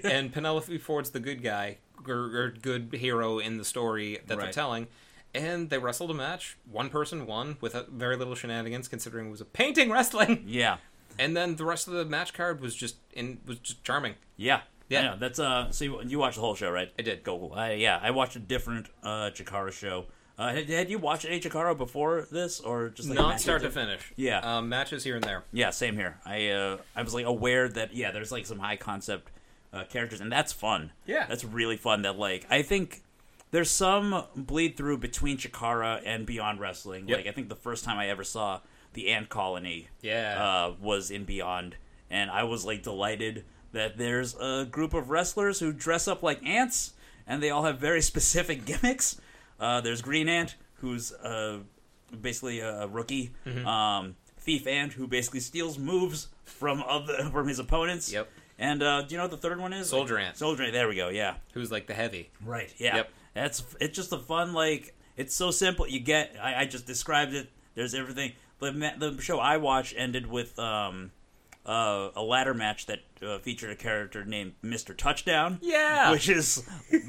S2: and Penelope Ford's the good guy or, or good hero in the story that they're
S1: Right.
S2: telling. And they wrestled a match. One person won with a, very little shenanigans, considering it was a painting wrestling.
S1: Yeah.
S2: And then the rest of the match card was just in was just charming.
S1: Yeah.
S2: Yeah.
S1: I know. That's uh. So you, you watched the whole show, right?
S2: I did.
S1: Cool. cool. I, yeah, I watched a different uh Chikara show. Uh, had, had you watched any Chikara before this, or just like
S2: Not
S1: matches?
S2: start to finish.
S1: Yeah.
S2: Um, matches here and there.
S1: Yeah, same here. I uh, I was like aware that yeah, there's like some high concept uh, characters, and that's fun.
S2: Yeah.
S1: that's really fun. That like I think there's some bleed through between Chikara and Beyond Wrestling.
S2: Yep.
S1: Like I think the first time I ever saw the Ant Colony,
S2: Yeah.
S1: uh, was in Beyond, and I was like delighted that there's a group of wrestlers who dress up like ants, and they all have very specific gimmicks. Uh, there's Green Ant, who's uh, basically a rookie.
S2: Mm-hmm.
S1: Um, Thief Ant, who basically steals moves from other from his opponents.
S2: Yep.
S1: And uh, do you know what the third one is?
S2: Soldier Ant.
S1: Soldier Ant. There we go. Yeah.
S2: Who's like the heavy?
S1: Right. Yeah.
S2: Yep.
S1: That's it's just a fun like it's so simple. You get I, I just described it. There's everything. The ma- the show I watched ended with um uh, a ladder match that uh, featured a character named Mr. Touchdown.
S2: Yeah.
S1: Which is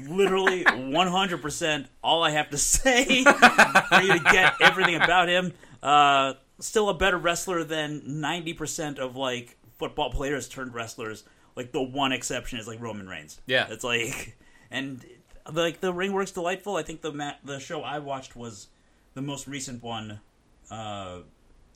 S1: literally 100% all I have to say for you to get everything about him. Uh, still a better wrestler than 90% of like football players turned wrestlers. Like the one exception is like Roman Reigns.
S2: Yeah.
S1: It's like and like the ring works delightful. I think the ma- the show I watched was the most recent one uh,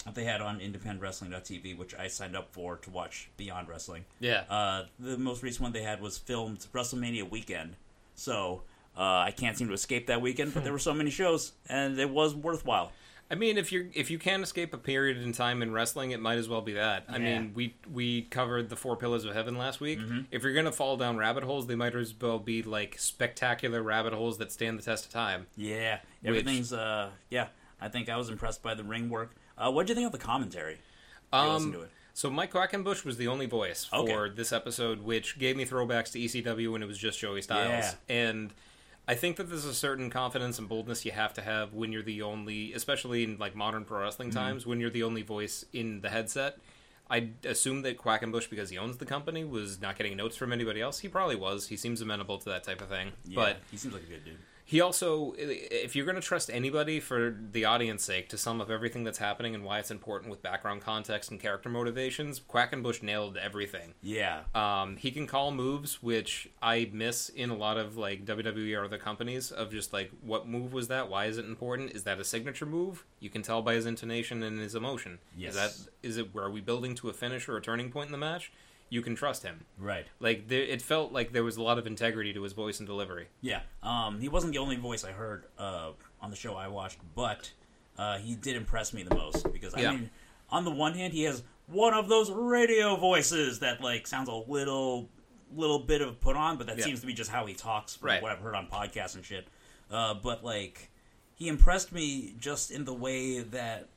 S1: that they had on independentwrestling.tv, which I signed up for to watch Beyond Wrestling.
S2: Yeah.
S1: Uh, the most recent one they had was filmed WrestleMania weekend, so uh, I can't seem to escape that weekend. But there were so many shows, and it was worthwhile.
S2: I mean, if you if you can escape a period in time in wrestling, it might as well be that. I
S1: Yeah. Mm-hmm.
S2: mean, we we covered the four pillars of heaven last week. If you're gonna fall down rabbit holes, they might as well be like spectacular rabbit holes that stand the test of time.
S1: Yeah, everything's. Uh, yeah, I think I was impressed by the ring work. Uh, what would you think of the commentary? Did you listen to it?
S2: So Mike Quackenbush was the only voice for
S1: Okay.
S2: this episode, which gave me throwbacks to ECW when it was just Joey Styles. And I think that there's a certain confidence and boldness you have to have when you're the only, especially in like modern pro wrestling
S1: Mm-hmm.
S2: times, when you're the only voice in the headset. I assume that Quackenbush, because he owns the company, was not getting notes from anybody else. He probably was. He seems amenable to that type of thing.
S1: Yeah,
S2: But
S1: he seems like a good dude.
S2: he also, if you're going to trust anybody for the audience's sake to sum up everything that's happening and why it's important with background context and character motivations, Quackenbush nailed everything.
S1: Yeah,
S2: Um, he can call moves, which I miss in a lot of like WWE or other companies, of just like what move was that? Why is it important? Is that a signature move? You can tell by his intonation and his emotion.
S1: Yes.
S2: Is that is it? Were we building to a finish or a turning point in the match? You can trust him.
S1: right.
S2: Like there, it felt like there was a lot of integrity to his voice and delivery.
S1: Yeah, um, he wasn't the only voice I heard uh, on the show I watched, but uh, he did impress me the most because I
S2: Yeah.
S1: mean, on the one hand, he has one of those radio voices that like sounds a little, little bit of put on, but that
S2: Yeah.
S1: seems to be just how he talks from
S2: Right.
S1: what I've heard on podcasts and shit. Uh, but like, he impressed me just in the way that,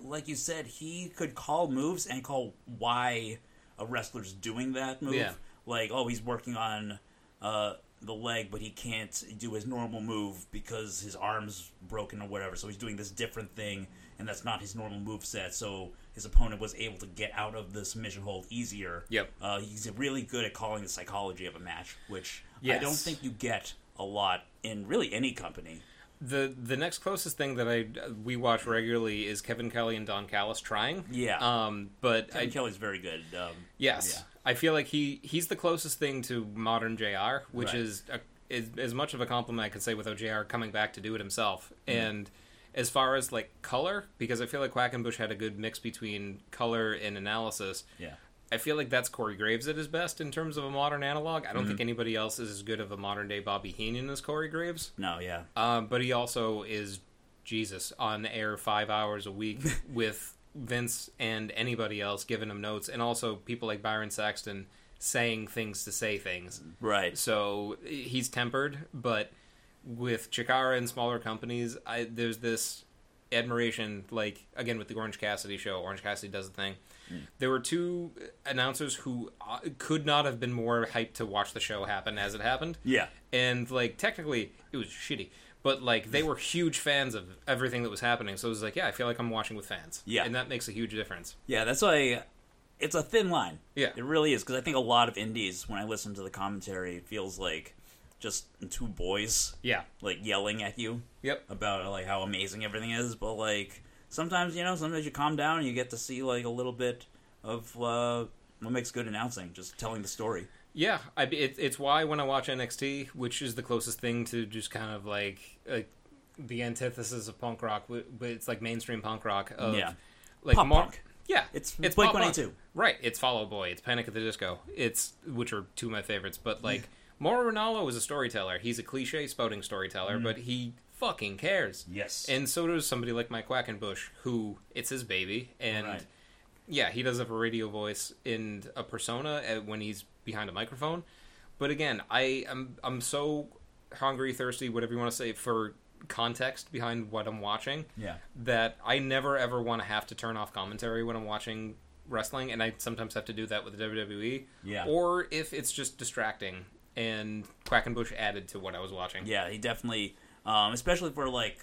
S1: like you said, he could call moves and call why a wrestler's doing that move
S2: Yeah.
S1: like oh he's working on uh, the leg but he can't do his normal move because his arm's broken or whatever so he's doing this different thing and that's not his normal move set so his opponent was able to get out of the submission hold easier
S2: Yep.
S1: uh, he's really good at calling the psychology of a match which i don't
S2: Yes.
S1: think you get a lot in really any company
S2: The the next closest thing that I we watch regularly is Kevin Kelly and Don Callis trying.
S1: Yeah.
S2: Um, but
S1: and
S2: I,
S1: kelly's very good um,
S2: yes,
S1: yeah.
S2: I feel like he he's the closest thing to modern JR, which
S1: Right.
S2: is, a, is as much of a compliment I could say without JR coming back to do it himself.
S1: Mm-hmm.
S2: And as far as like color, because I feel like Quackenbush had a good mix between color and analysis.
S1: yeah
S2: I feel like that's Corey Graves at his best in terms of a modern analog. I
S1: Mm-hmm.
S2: don't think anybody else is as good of a modern day Bobby Heenan as Corey Graves.
S1: no yeah
S2: Um, but he also is Jesus on air five hours a week with Vince and anybody else giving him notes, and also people like Byron Saxton saying things to say things.
S1: right
S2: So he's tempered, but with Chikara and smaller companies, I, there's this admiration. Like again with the Orange Cassidy show, Orange Cassidy does the thing. There were two announcers who uh, could not have been more hyped to watch the show happen as it happened
S1: yeah
S2: and like technically it was shitty but like they were huge fans of everything that was happening so it was like yeah i feel like i'm watching with fans
S1: Yeah.
S2: and that makes a huge difference
S1: Yeah, that's why it's a thin line.
S2: Yeah.
S1: it really is because I think a lot of indies, when I listen to the commentary, it feels like just two boys
S2: yeah
S1: like yelling at you
S2: yep
S1: about like how amazing everything is. But like sometimes you know, sometimes you calm down and you get to see like a little bit of uh, what makes good announcing, just telling the story.
S2: yeah I, it, it's why when i watch nxt which is the closest thing to just kind of like like the antithesis of punk rock w- but it's like mainstream punk rock of
S1: Yeah.
S2: like
S1: Pop
S2: mar-
S1: punk.
S2: yeah
S1: It's
S2: pop punk.
S1: Blink-182.
S2: right it's follow boy it's panic at the disco it's which are two of my favorites but like mauro ronaldo is a storyteller he's a cliche spouting storyteller but he fucking cares
S1: Mm-hmm. Yes,
S2: And so does somebody like Mike Quackenbush, who it's his baby, and
S1: Right.
S2: yeah, he does have a radio voice and a persona uh, when he's behind a microphone. But again, I am I'm so hungry, thirsty, whatever you want to say, for context behind what I'm watching
S1: Yeah.
S2: that I never ever want to have to turn off commentary when I'm watching wrestling, and I sometimes have to do that with WWE.
S1: Yeah.
S2: E. Or if it's just distracting and Quackenbush added to what I was watching.
S1: Yeah, he definitely, um, especially for like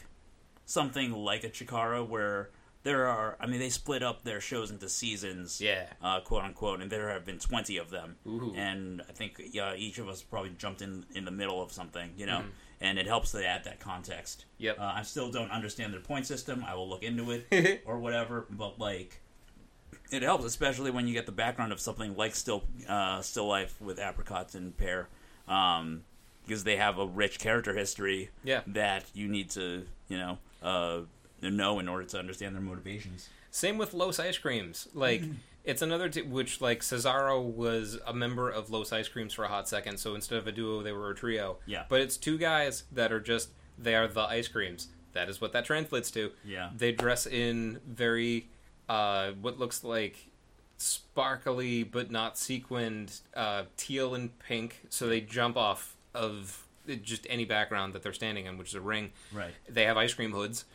S1: something like a Chikara, where there are, I mean, they split up their shows into seasons,
S2: Yeah.
S1: uh, quote unquote, and there have been twenty of them,
S2: Ooh.
S1: and I think yeah, each of us probably jumped in in the middle of something, you know, and it helps to add that context.
S2: Mm-hmm. Yep.
S1: Uh, I still don't understand their point system. I will look into it or whatever, but like. It helps, especially when you get the background of something like still, uh, still life with apricots and pear, um, because they have a rich character history
S2: Yeah.
S1: that you need to, you know, uh, know in order to understand their motivations.
S2: Same with Los Ice Creams. Like it's another t- which like Cesaro was a member of Los Ice Creams for a hot second. So instead of a duo, they were a trio.
S1: Yeah.
S2: But it's two guys that are just they are the ice creams. That is what that translates to.
S1: Yeah.
S2: They dress in very uh, what looks like sparkly but not sequined uh, teal and pink. So they jump off of uh, just any background that they're standing in, which is a ring
S1: Right.
S2: they have ice cream hoods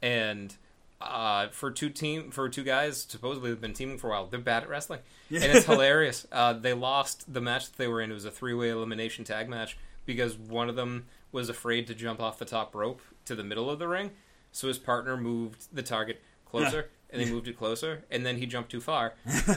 S2: and uh, for two team for two guys supposedly they've been teaming for a while they're bad at wrestling and it's hilarious uh, they lost the match that they were in it was a three-way elimination tag match because one of them was afraid to jump off the top rope to the middle of the ring so his partner moved the target closer and they moved it closer and then he jumped too far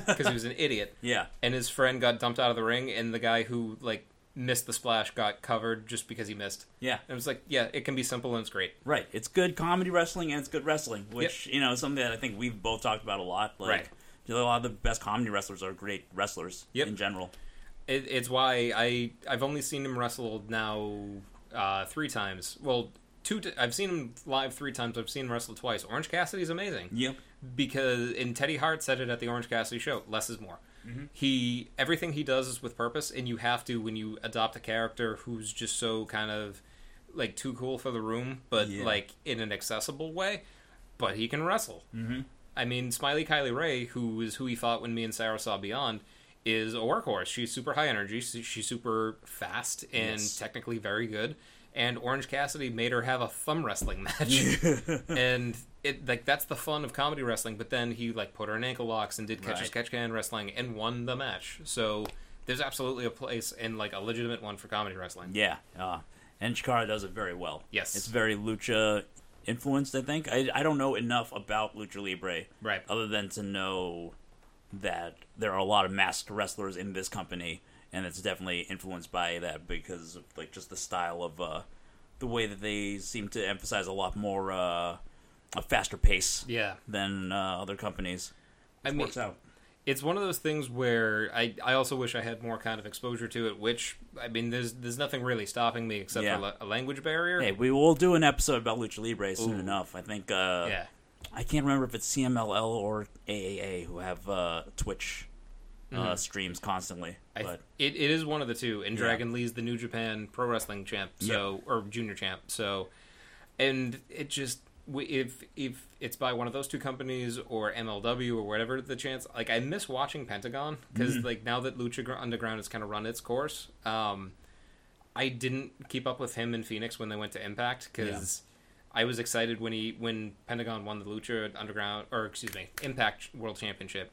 S2: because he was an idiot
S1: Yeah.
S2: and his friend got dumped out of the ring and the guy who like missed the splash got covered just because he missed
S1: Yeah.
S2: and it was like yeah it can be simple and it's great
S1: Right. It's good comedy wrestling and it's good wrestling, which, you know, is something that I think we've both talked about a lot. Like,
S2: Right.
S1: you know, a lot of the best comedy wrestlers are great wrestlers
S2: Yep.
S1: in general.
S2: It, it's why I I've only seen him wrestle now uh, three times. Well, two. T- I've seen him live three times. I've seen him wrestle twice. Orange Cassidy's amazing
S1: Yep.
S2: because and Teddy Hart said it at the Orange Cassidy show. Less is more.
S1: Mm-hmm.
S2: He everything he does is with purpose, and you have to when you adopt a character who's just so kind of like too cool for the room, but
S1: Yeah.
S2: like in an accessible way. But he can wrestle. Mm-hmm. I mean, Smiley Kylie Ray, who is who he fought when me and Sarah saw Beyond, is a workhorse. She's super high energy. She- She's super fast and
S1: Yes.
S2: technically very good. And Orange Cassidy made her have a thumb wrestling match and it like that's the fun of comedy wrestling. But then he like put her in ankle locks and did catch as
S1: Right.
S2: catch can wrestling and won the match. So there's absolutely a place and like a legitimate one for comedy wrestling.
S1: Yeah. Uh, and Chikara does it very well.
S2: Yes.
S1: It's very lucha influenced, I think. I, I don't know enough about Lucha Libre.
S2: Right.
S1: Other than to know that there are a lot of masked wrestlers in this company, and it's definitely influenced by that because of like just the style of uh, the way that they seem to emphasize a lot more uh, a faster pace
S2: Yeah,
S1: than uh, other companies.
S2: I
S1: It
S2: mean,
S1: works out.
S2: it's one of those things where I, I also wish I had more kind of exposure to it. Which I mean, there's there's nothing really stopping me except
S1: Yeah.
S2: for la- a language barrier.
S1: Hey, we will do an episode about Lucha Libre soon
S2: Ooh.
S1: enough. I think uh,
S2: yeah,
S1: I can't remember if it's CMLL or AAA who have uh, Twitch uh, streams constantly.
S2: Mm-hmm. I,
S1: but
S2: it, it is one of the two. And Dragon Lee's the New Japan Pro Wrestling champ, so or junior champ. So, and it just we- if if it's by one of those two companies or MLW or whatever the chance. Like I miss watching Pentagon because like now that Lucha Gr- Underground has kind of run its course. Um, I didn't keep up with him in Phoenix when they went to Impact because. I was excited when he when Pentagon won the Lucha Underground or excuse me Impact World Championship,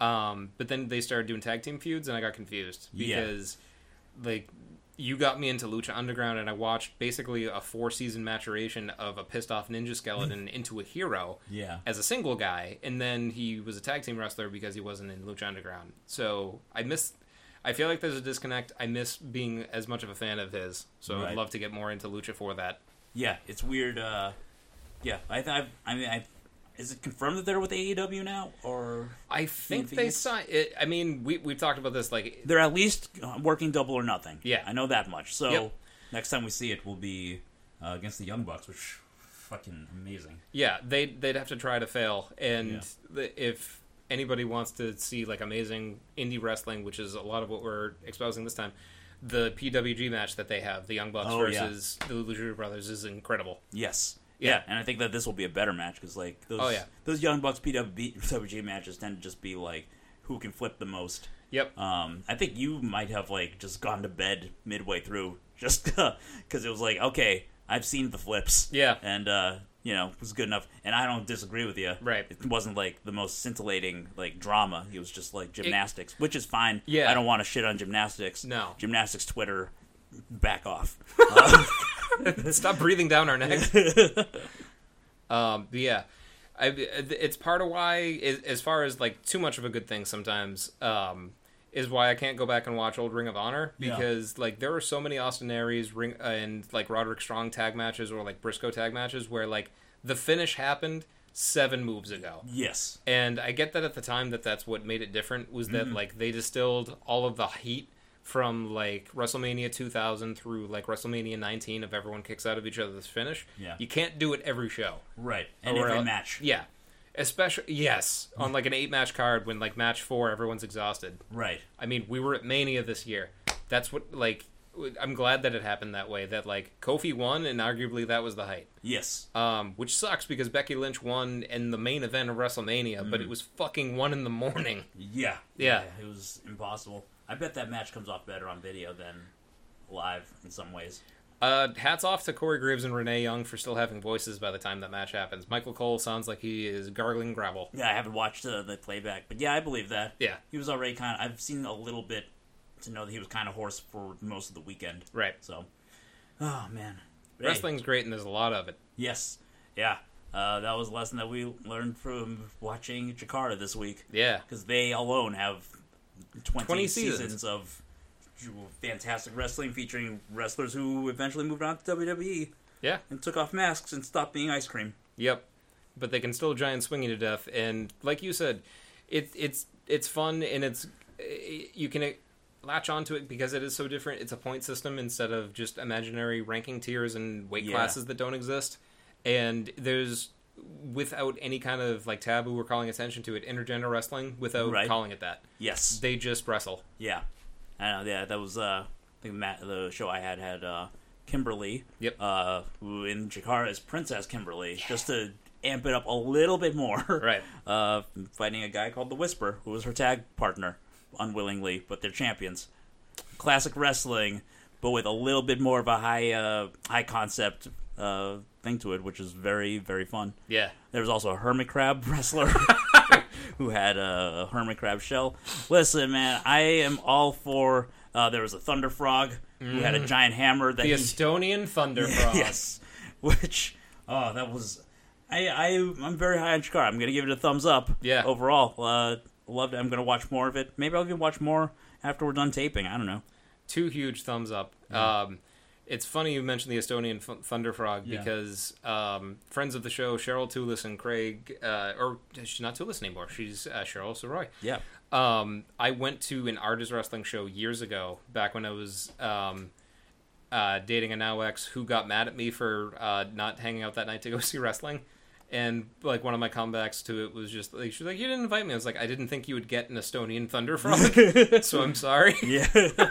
S2: um, but then they started doing tag team feuds, and I got confused
S1: Yeah.
S2: because, like, you got me into Lucha Underground, and I watched basically a four season maturation of a pissed off ninja
S1: Mm-hmm.
S2: skeleton into a hero
S1: yeah,
S2: as a single guy, and then he was a tag team wrestler because he wasn't in Lucha Underground. So I miss. I feel like there's a disconnect. I miss being as much of a fan of his, so I'd
S1: Right.
S2: love to get more into Lucha for that.
S1: yeah, it's weird. Uh, yeah, I, th- I've, I mean, I, is it confirmed that they're with AEW now, or
S2: I think they
S1: Phoenix?
S2: signed. It, I mean, we we've talked about this. Like,
S1: they're at least uh, working double or nothing?
S2: Yeah.
S1: I know that much. So
S2: Yep.
S1: next time we see it will be uh, against the Young Bucks, which fucking amazing.
S2: Yeah, they they'd have to try to fail, and
S1: Yeah.
S2: the, if anybody wants to see like amazing indie wrestling, which is a lot of what we're exposing this time, the PWG match that they have, the Young Bucks
S1: Oh, yeah.
S2: versus the Lucha Brothers, is incredible.
S1: Yes, Yeah.
S2: Yeah.
S1: and I think that this will be a better match because like those
S2: Oh, yeah.
S1: those Young Bucks PWG matches tend to just be like who can flip the most.
S2: Yep.
S1: Um, I think you might have like just gone to bed midway through just because it was like okay, I've seen the flips.
S2: Yeah.
S1: and uh, you know it was good enough, and I don't disagree with you.
S2: Right.
S1: it wasn't like the most scintillating like drama. It was just like gymnastics, which is fine.
S2: Yeah.
S1: I don't want to shit on gymnastics.
S2: No.
S1: gymnastics Twitter, back off.
S2: Stop breathing down our necks. um, but yeah, I, it's part of why, as- as far as like too much of a good thing sometimes, um, is why I can't go back and watch old Ring of Honor
S1: Yeah.
S2: because like there are so many Austin Aries ring and like Roderick Strong tag matches or like Briscoe tag matches where like the finish happened seven moves ago.
S1: yes,
S2: And I get that at the time that that's what made it different was that like they distilled all of the heat from like WrestleMania 2000 through like WrestleMania 19 of everyone kicks out of each other's finish.
S1: Yeah.
S2: You can't do it every show.
S1: right, and
S2: Or
S1: every
S2: el-
S1: match.
S2: Yeah. Especially yes, on like an 8 match card when like match 4 everyone's exhausted.
S1: Right.
S2: I mean, we were at Mania this year. That's what like I'm glad that it happened that way that like Kofi won and arguably that was the height
S1: Yes.
S2: um, which sucks because Becky Lynch won in the main event of WrestleMania, but it was fucking one in the morning.
S1: Yeah.
S2: Yeah.
S1: It was impossible. I bet that match comes off better on video than live in some ways.
S2: Uh, hats off to Corey Graves and Renee Young for still having voices by the time that match happens. Michael Cole sounds like he is gargling gravel.
S1: Yeah, I haven't watched the, the playback, but yeah, I believe that.
S2: Yeah,
S1: He was already kind of. I've seen a little bit to know that he was kind of hoarse for most of the weekend.
S2: right.
S1: So, oh man, Hey,
S2: Wrestling's great, and there's a lot of it.
S1: Yes, yeah. Uh, that was a lesson that we learned from watching Jakarta this week
S2: Yeah,
S1: because they alone have twenty,
S2: 20
S1: seasons.
S2: seasons.
S1: of fantastic wrestling featuring wrestlers who eventually moved on to WWE.
S2: Yeah.
S1: and took off masks and stopped being ice cream.
S2: yep. But they can still giant swing you to death, and like you said, it, it's it's fun and it's eh, you can eh, latch onto it because it is so different. It's a point system instead of just imaginary ranking tiers and weight
S1: Yeah.
S2: classes that don't exist. And there's without any kind of like taboo or calling attention to it, intergender wrestling without
S1: Right.
S2: calling it that.
S1: Yes,
S2: They just wrestle.
S1: yeah, I know. Yeah, that was uh, I think Matt, the show I had had uh, Kimberly.
S2: Yep.
S1: Uh, who in Jakarta is Princess Kimberly, just to amp it up a little bit more.
S2: Right.
S1: Uh, fighting a guy called the Whisper, who was her tag partner, unwillingly, but they're champions. Classic wrestling, but with a little bit more of a high uh, high concept uh, thing to it, which is very very fun.
S2: Yeah.
S1: There was also a hermit crab wrestler who had a hermit crab shell. Listen, man, I am all for. Uh, there was a thunder frog who had a giant hammer that
S2: The
S1: he
S2: Estonian Thunder Mm. Frog.
S1: yes, which oh that was I I I'm very high on Chikara. I'm gonna give it a thumbs up.
S2: Yeah.
S1: overall, uh, loved it. I'm gonna watch more of it. Maybe I'll even watch more after we're done taping. I don't know.
S2: two huge thumbs up. Um, it's funny you mentioned the Estonian f- Thunder Frog
S1: Yeah.
S2: because um, friends of the show, Cheryl Toulis and Craig, uh, or she's not Toulis anymore. She's uh, Cheryl Soroy.
S1: Yeah,
S2: Um, I went to an artist wrestling show years ago, back when I was um, uh, dating a now ex who got mad at me for uh, not hanging out that night to go see wrestling. And like one of my comebacks to it was just like she's like you didn't invite me. I was like I didn't think you would get an Estonian Thunder Frog, so I'm sorry.
S1: yeah.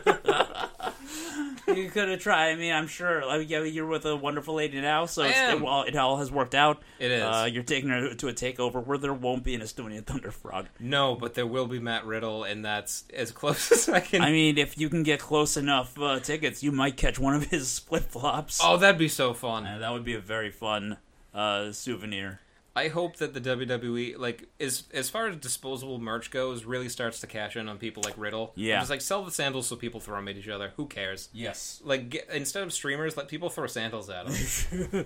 S1: you could have tried. I mean, I'm sure. Like, yeah, you're with a wonderful lady now, so
S2: I
S1: it's, it,
S2: am.
S1: all, it all has worked out.
S2: It is.
S1: Uh, you're taking her to a takeover where there won't be an Estonian thunder frog.
S2: No, but there will be Matt Riddle, and that's as close as I can.
S1: I mean, if you can get close enough uh, tickets, you might catch one of his flip flops.
S2: oh, that'd be so fun.
S1: Uh, that would be a very fun uh, souvenir.
S2: I hope that the WWE, like, as as far as disposable merch goes, really starts to cash in on people like Riddle.
S1: Yeah.
S2: I'm just like sell the sandals so people throw them at each other. Who cares?
S1: Yes.
S2: Like, get, instead of streamers, let people throw sandals at them.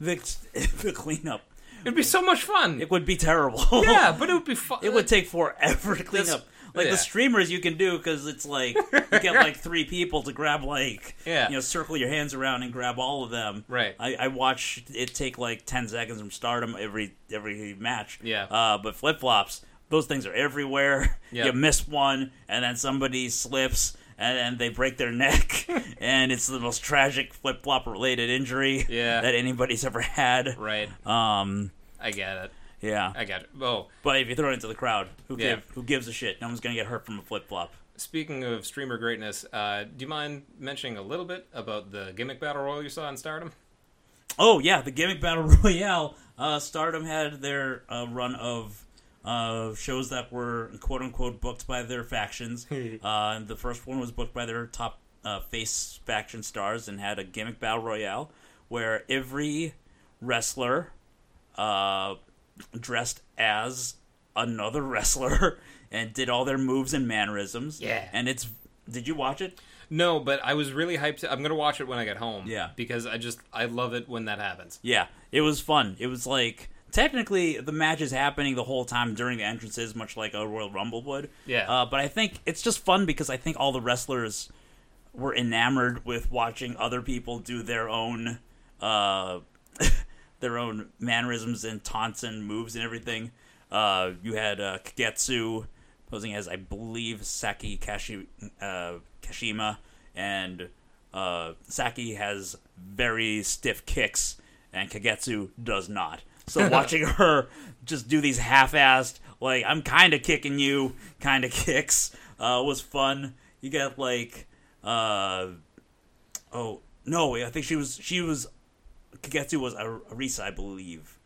S1: the, the cleanup.
S2: It'd be so much fun.
S1: It would be terrible.
S2: yeah, but it would be fun.
S1: It would take forever to clean
S2: This-
S1: up. Like
S2: yeah.
S1: the streamers, you can do because it's like you get like three people to grab like
S2: Yeah.
S1: you know circle your hands around and grab all of them.
S2: Right.
S1: I, I watch it take like ten seconds from stardom every every match.
S2: Yeah.
S1: Uh, but flip flops, those things are everywhere.
S2: Yeah.
S1: You miss one, and then somebody slips. And, and they break their neck, and it's the most tragic flip flop related injury
S2: Yeah.
S1: that anybody's ever had.
S2: Right.
S1: Um,
S2: I get it.
S1: yeah.
S2: I get it. Oh,
S1: But if you throw it into the crowd, who
S2: Yeah.
S1: give, who gives a shit? No one's gonna get hurt from a flip flop.
S2: speaking of streamer greatness, uh, do you mind mentioning a little bit about the gimmick battle royal you saw in Stardom?
S1: Oh yeah, the gimmick battle royale. Uh, Stardom had their uh, run of uh, shows that were quote unquote booked by their factions. uh, the first one was booked by their top uh, face faction stars and had a gimmick battle royale where every wrestler uh, dressed as another wrestler and did all their moves and mannerisms.
S2: Yeah.
S1: and it's. Did you watch it?
S2: No, but I was really hyped. I'm gonna watch it when I get home.
S1: Yeah.
S2: because I just I love it when that happens.
S1: Yeah, it was fun. It was like technically the match is happening the whole time during the entrances, much like a Royal Rumble would.
S2: Yeah.
S1: Uh, but I think it's just fun because I think all the wrestlers were enamored with watching other people do their own, uh, their own mannerisms and taunts and moves and everything. Uh, you had uh, Kagetsu posing as, I believe, Saki Kashi, uh, Kashima, and uh, Saki has very stiff kicks, and Kagetsu does not. So watching her just do these half-assed, like I'm kind of kicking you, kind of kicks uh, was fun. You got like, uh, oh no, I think she was she was Kagetsu was Ar- Arisa, I believe,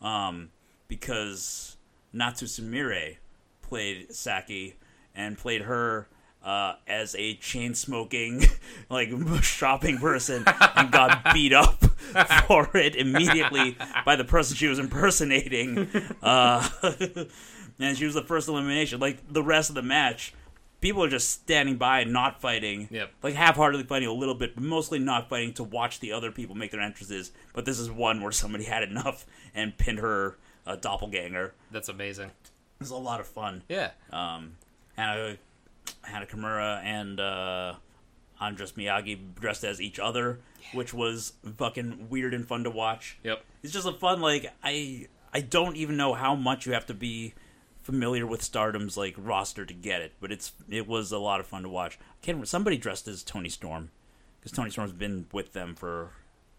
S1: um, because Natsu Sumire played Saki and played her uh, as a chain smoking, like shopping person, and got beat up for it immediately by the person she was impersonating. Uh, and she was the first elimination. Like the rest of the match. People are just standing by and not fighting
S2: Yep.
S1: like half-heartedly fighting a little bit, but mostly not fighting to watch the other people make their entrances. But this is one where somebody had enough and pinned her uh, doppelganger. It
S2: That's amazing.
S1: was a lot of fun.
S2: Yeah,
S1: Um, Hana, Hana Kimura and uh, Andres Miyagi dressed as each other, which was fucking weird and fun to watch.
S2: yep.
S1: It's just a fun like I I don't even know how much you have to be familiar with Stardom's like roster to get it, but it's it was a lot of fun to watch. I can't remember, somebody dressed as Tony Storm because Tony Storm's been with them for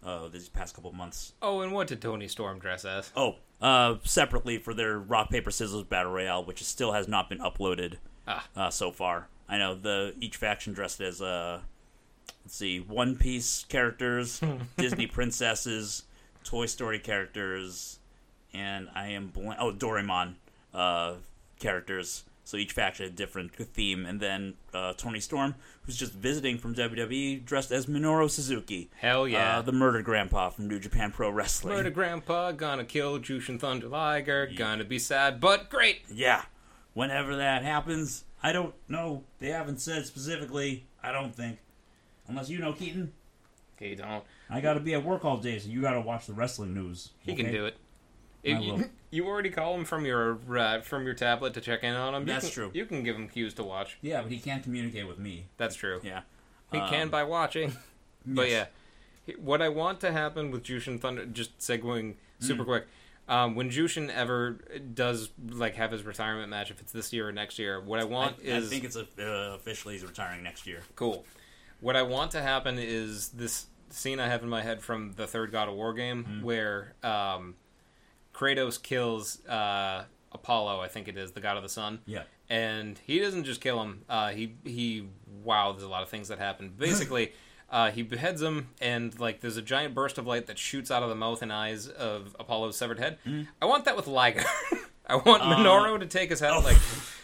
S1: uh, these past couple months.
S2: Oh, and what did Tony Storm dress as?
S1: Oh, uh, separately for their rock paper scissors battle royale, which still has not been uploaded
S2: Ah.
S1: uh, so far. I know the each faction dressed as uh, let's see, One Piece characters, Disney princesses, Toy Story characters, and I am blank. Oh, Doraemon uh, characters. So each faction had a different theme, and then uh, Tony Storm, who's just visiting from WWE, dressed as Minoru Suzuki,
S2: Hell yeah.
S1: uh, the Murder Grandpa from New Japan Pro Wrestling.
S2: Murder Grandpa, gonna kill Jushin Thunder Liger, gonna be sad, but great!
S1: Yeah. Whenever that happens, I don't know. They haven't said specifically, I don't think. Unless you know, Keaton.
S2: Okay, don't.
S1: I gotta be at work all day, so you gotta watch the wrestling news.
S2: He can do it.
S1: I
S2: you,
S1: will.
S2: you already call him from your uh, from your tablet to check in on him. You
S1: That's
S2: can-
S1: true.
S2: You can give him cues to watch.
S1: Yeah, but he can't communicate with me.
S2: That's true.
S1: Yeah.
S2: He
S1: Um,
S2: can by watching. But yeah, He- what I want to happen with Jushin Thunder, just segueing
S1: Mm.
S2: super quick, um, when Jushin ever does like have his retirement match, if it's this year or next year, what I
S1: I,
S2: want is
S1: I think it's uh, officially he's retiring next year.
S2: Cool. What I want to happen is this scene I have in my head from the third God of War game
S1: Mm.
S2: where um, Kratos kills uh, Apollo, I think it is, the god of the sun.
S1: Yeah.
S2: And he doesn't just kill him. Uh, he he. Wow, there's a lot of things that happen. Basically, uh, he beheads him, and like there's a giant burst of light that shoots out of the mouth and eyes of Apollo's severed head. I want that with Liger. I want Minoru to take his head. Like,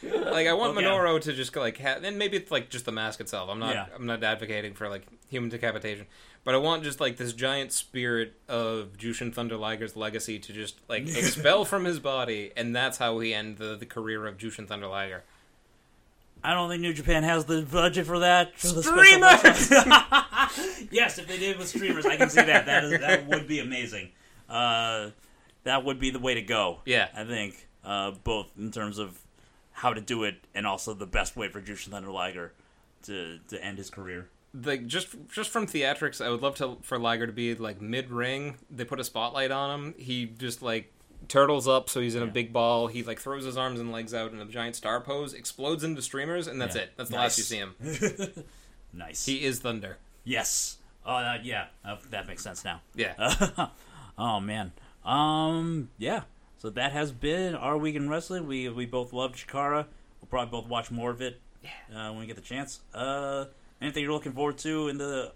S2: like I want
S1: Okay.
S2: Minoru to just like have, and maybe it's like just the mask itself. I'm not.
S1: Yeah.
S2: I'm not advocating for like human decapitation, but I want just like this giant spirit of Jushin Thunder Liger's legacy to just like expel from his body, and that's how we end the, the career of Jushin Thunder Liger.
S1: I don't think New Japan has the budget for that. for the special
S2: Streamers!
S1: versions. yes, if they did with streamers, I can see that. That is that would be amazing. Uh, that would be the way to go.
S2: Yeah.
S1: I think uh, both in terms of how to do it and also the best way for Jushin Thunder Liger to to end his career.
S2: Like just just from theatrics, I would love to for Liger to be like mid ring. They put a spotlight on him. He just like turtles up, so he's in a big ball. He like throws his arms and legs out in a giant star pose, explodes into streamers, and that's
S1: Yeah.
S2: it. That's the
S1: Nice.
S2: last you see him.
S1: Nice.
S2: He is Thunder.
S1: yes. Oh, uh, yeah. Uh, that makes sense now.
S2: Yeah.
S1: oh man. Um. Yeah. So that has been our week in wrestling. We we both loved Shikara. We'll probably both watch more of it uh, when we get the chance. Uh, anything you're looking forward to in the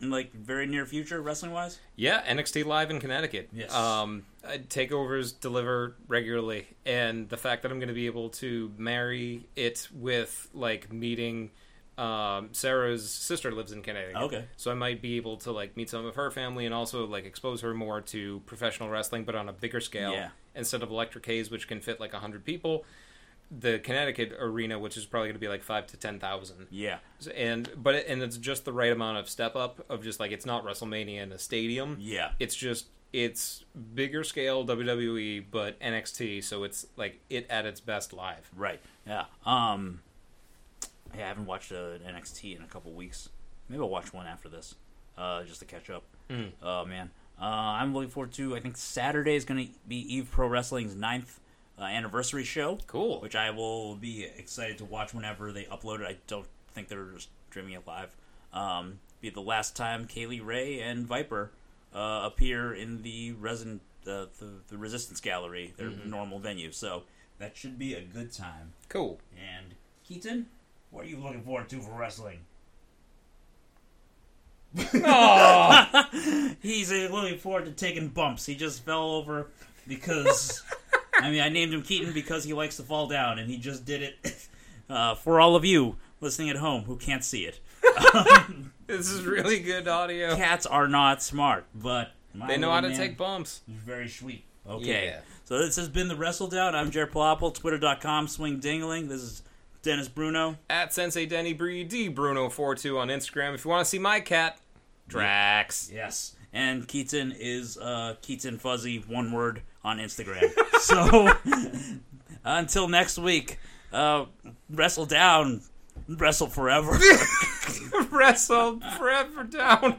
S1: in like very near future wrestling wise?
S2: Yeah, NXT Live in Connecticut.
S1: Yes.
S2: Um, uh, takeovers deliver regularly, and the fact that I'm going to be able to marry it with like meeting. Um, Sarah's sister lives in Connecticut.
S1: Okay.
S2: So I might be able to like meet some of her family and also like expose her more to professional wrestling, but on a bigger scale.
S1: Yeah.
S2: Instead of Electric Haze, which can fit like hundred people, the Connecticut arena, which is probably going to be like five to ten thousand
S1: Yeah.
S2: and but it, and it's just the right amount of step up of just like it's not WrestleMania in a stadium.
S1: Yeah.
S2: It's just it's bigger scale WWE but NXT, so it's like it at its best live.
S1: Right. Yeah. Um. Yeah, I haven't watched uh, NXT in a couple weeks. Maybe I'll watch one after this, uh, just to catch up.
S2: Mm.
S1: Oh man, uh, I'm looking forward to. I think Saturday is going to be Eve Pro Wrestling's ninth uh, anniversary show,
S2: Cool.
S1: which I will be excited to watch whenever they upload it. I don't think they're streaming it live. Um, be the last time Kaylee Ray and Viper uh, appear in the Resin uh, the, the Resistance Gallery, their normal venue. So Mm-hmm. that should be a good time.
S2: Cool.
S1: And Keaton, what are you looking forward to for wrestling?
S2: Oh.
S1: He's uh, looking forward to taking bumps. He just fell over because I mean I named him Keaton because he likes to fall down, and he just did it uh, for all of you listening at home who can't see it.
S2: this is really good audio.
S1: Cats are not smart, but my
S2: Oh. They know
S1: little
S2: how to
S1: man
S2: take bumps.
S1: is very sweet. Okay,
S2: Yeah.
S1: so this has been the Wrestle Down. I'm Jer Plopple, Twitter.com, Swing Dingling. This is Dennis Bruno.
S2: At Sensei Denny Bree D Bruno 42 on Instagram. If you want to see my cat, Drax.
S1: Yes. And Keaton is uh, Keaton Fuzzy, one word on Instagram. so until next week, uh, wrestle down, wrestle forever.
S2: Wrestle forever down.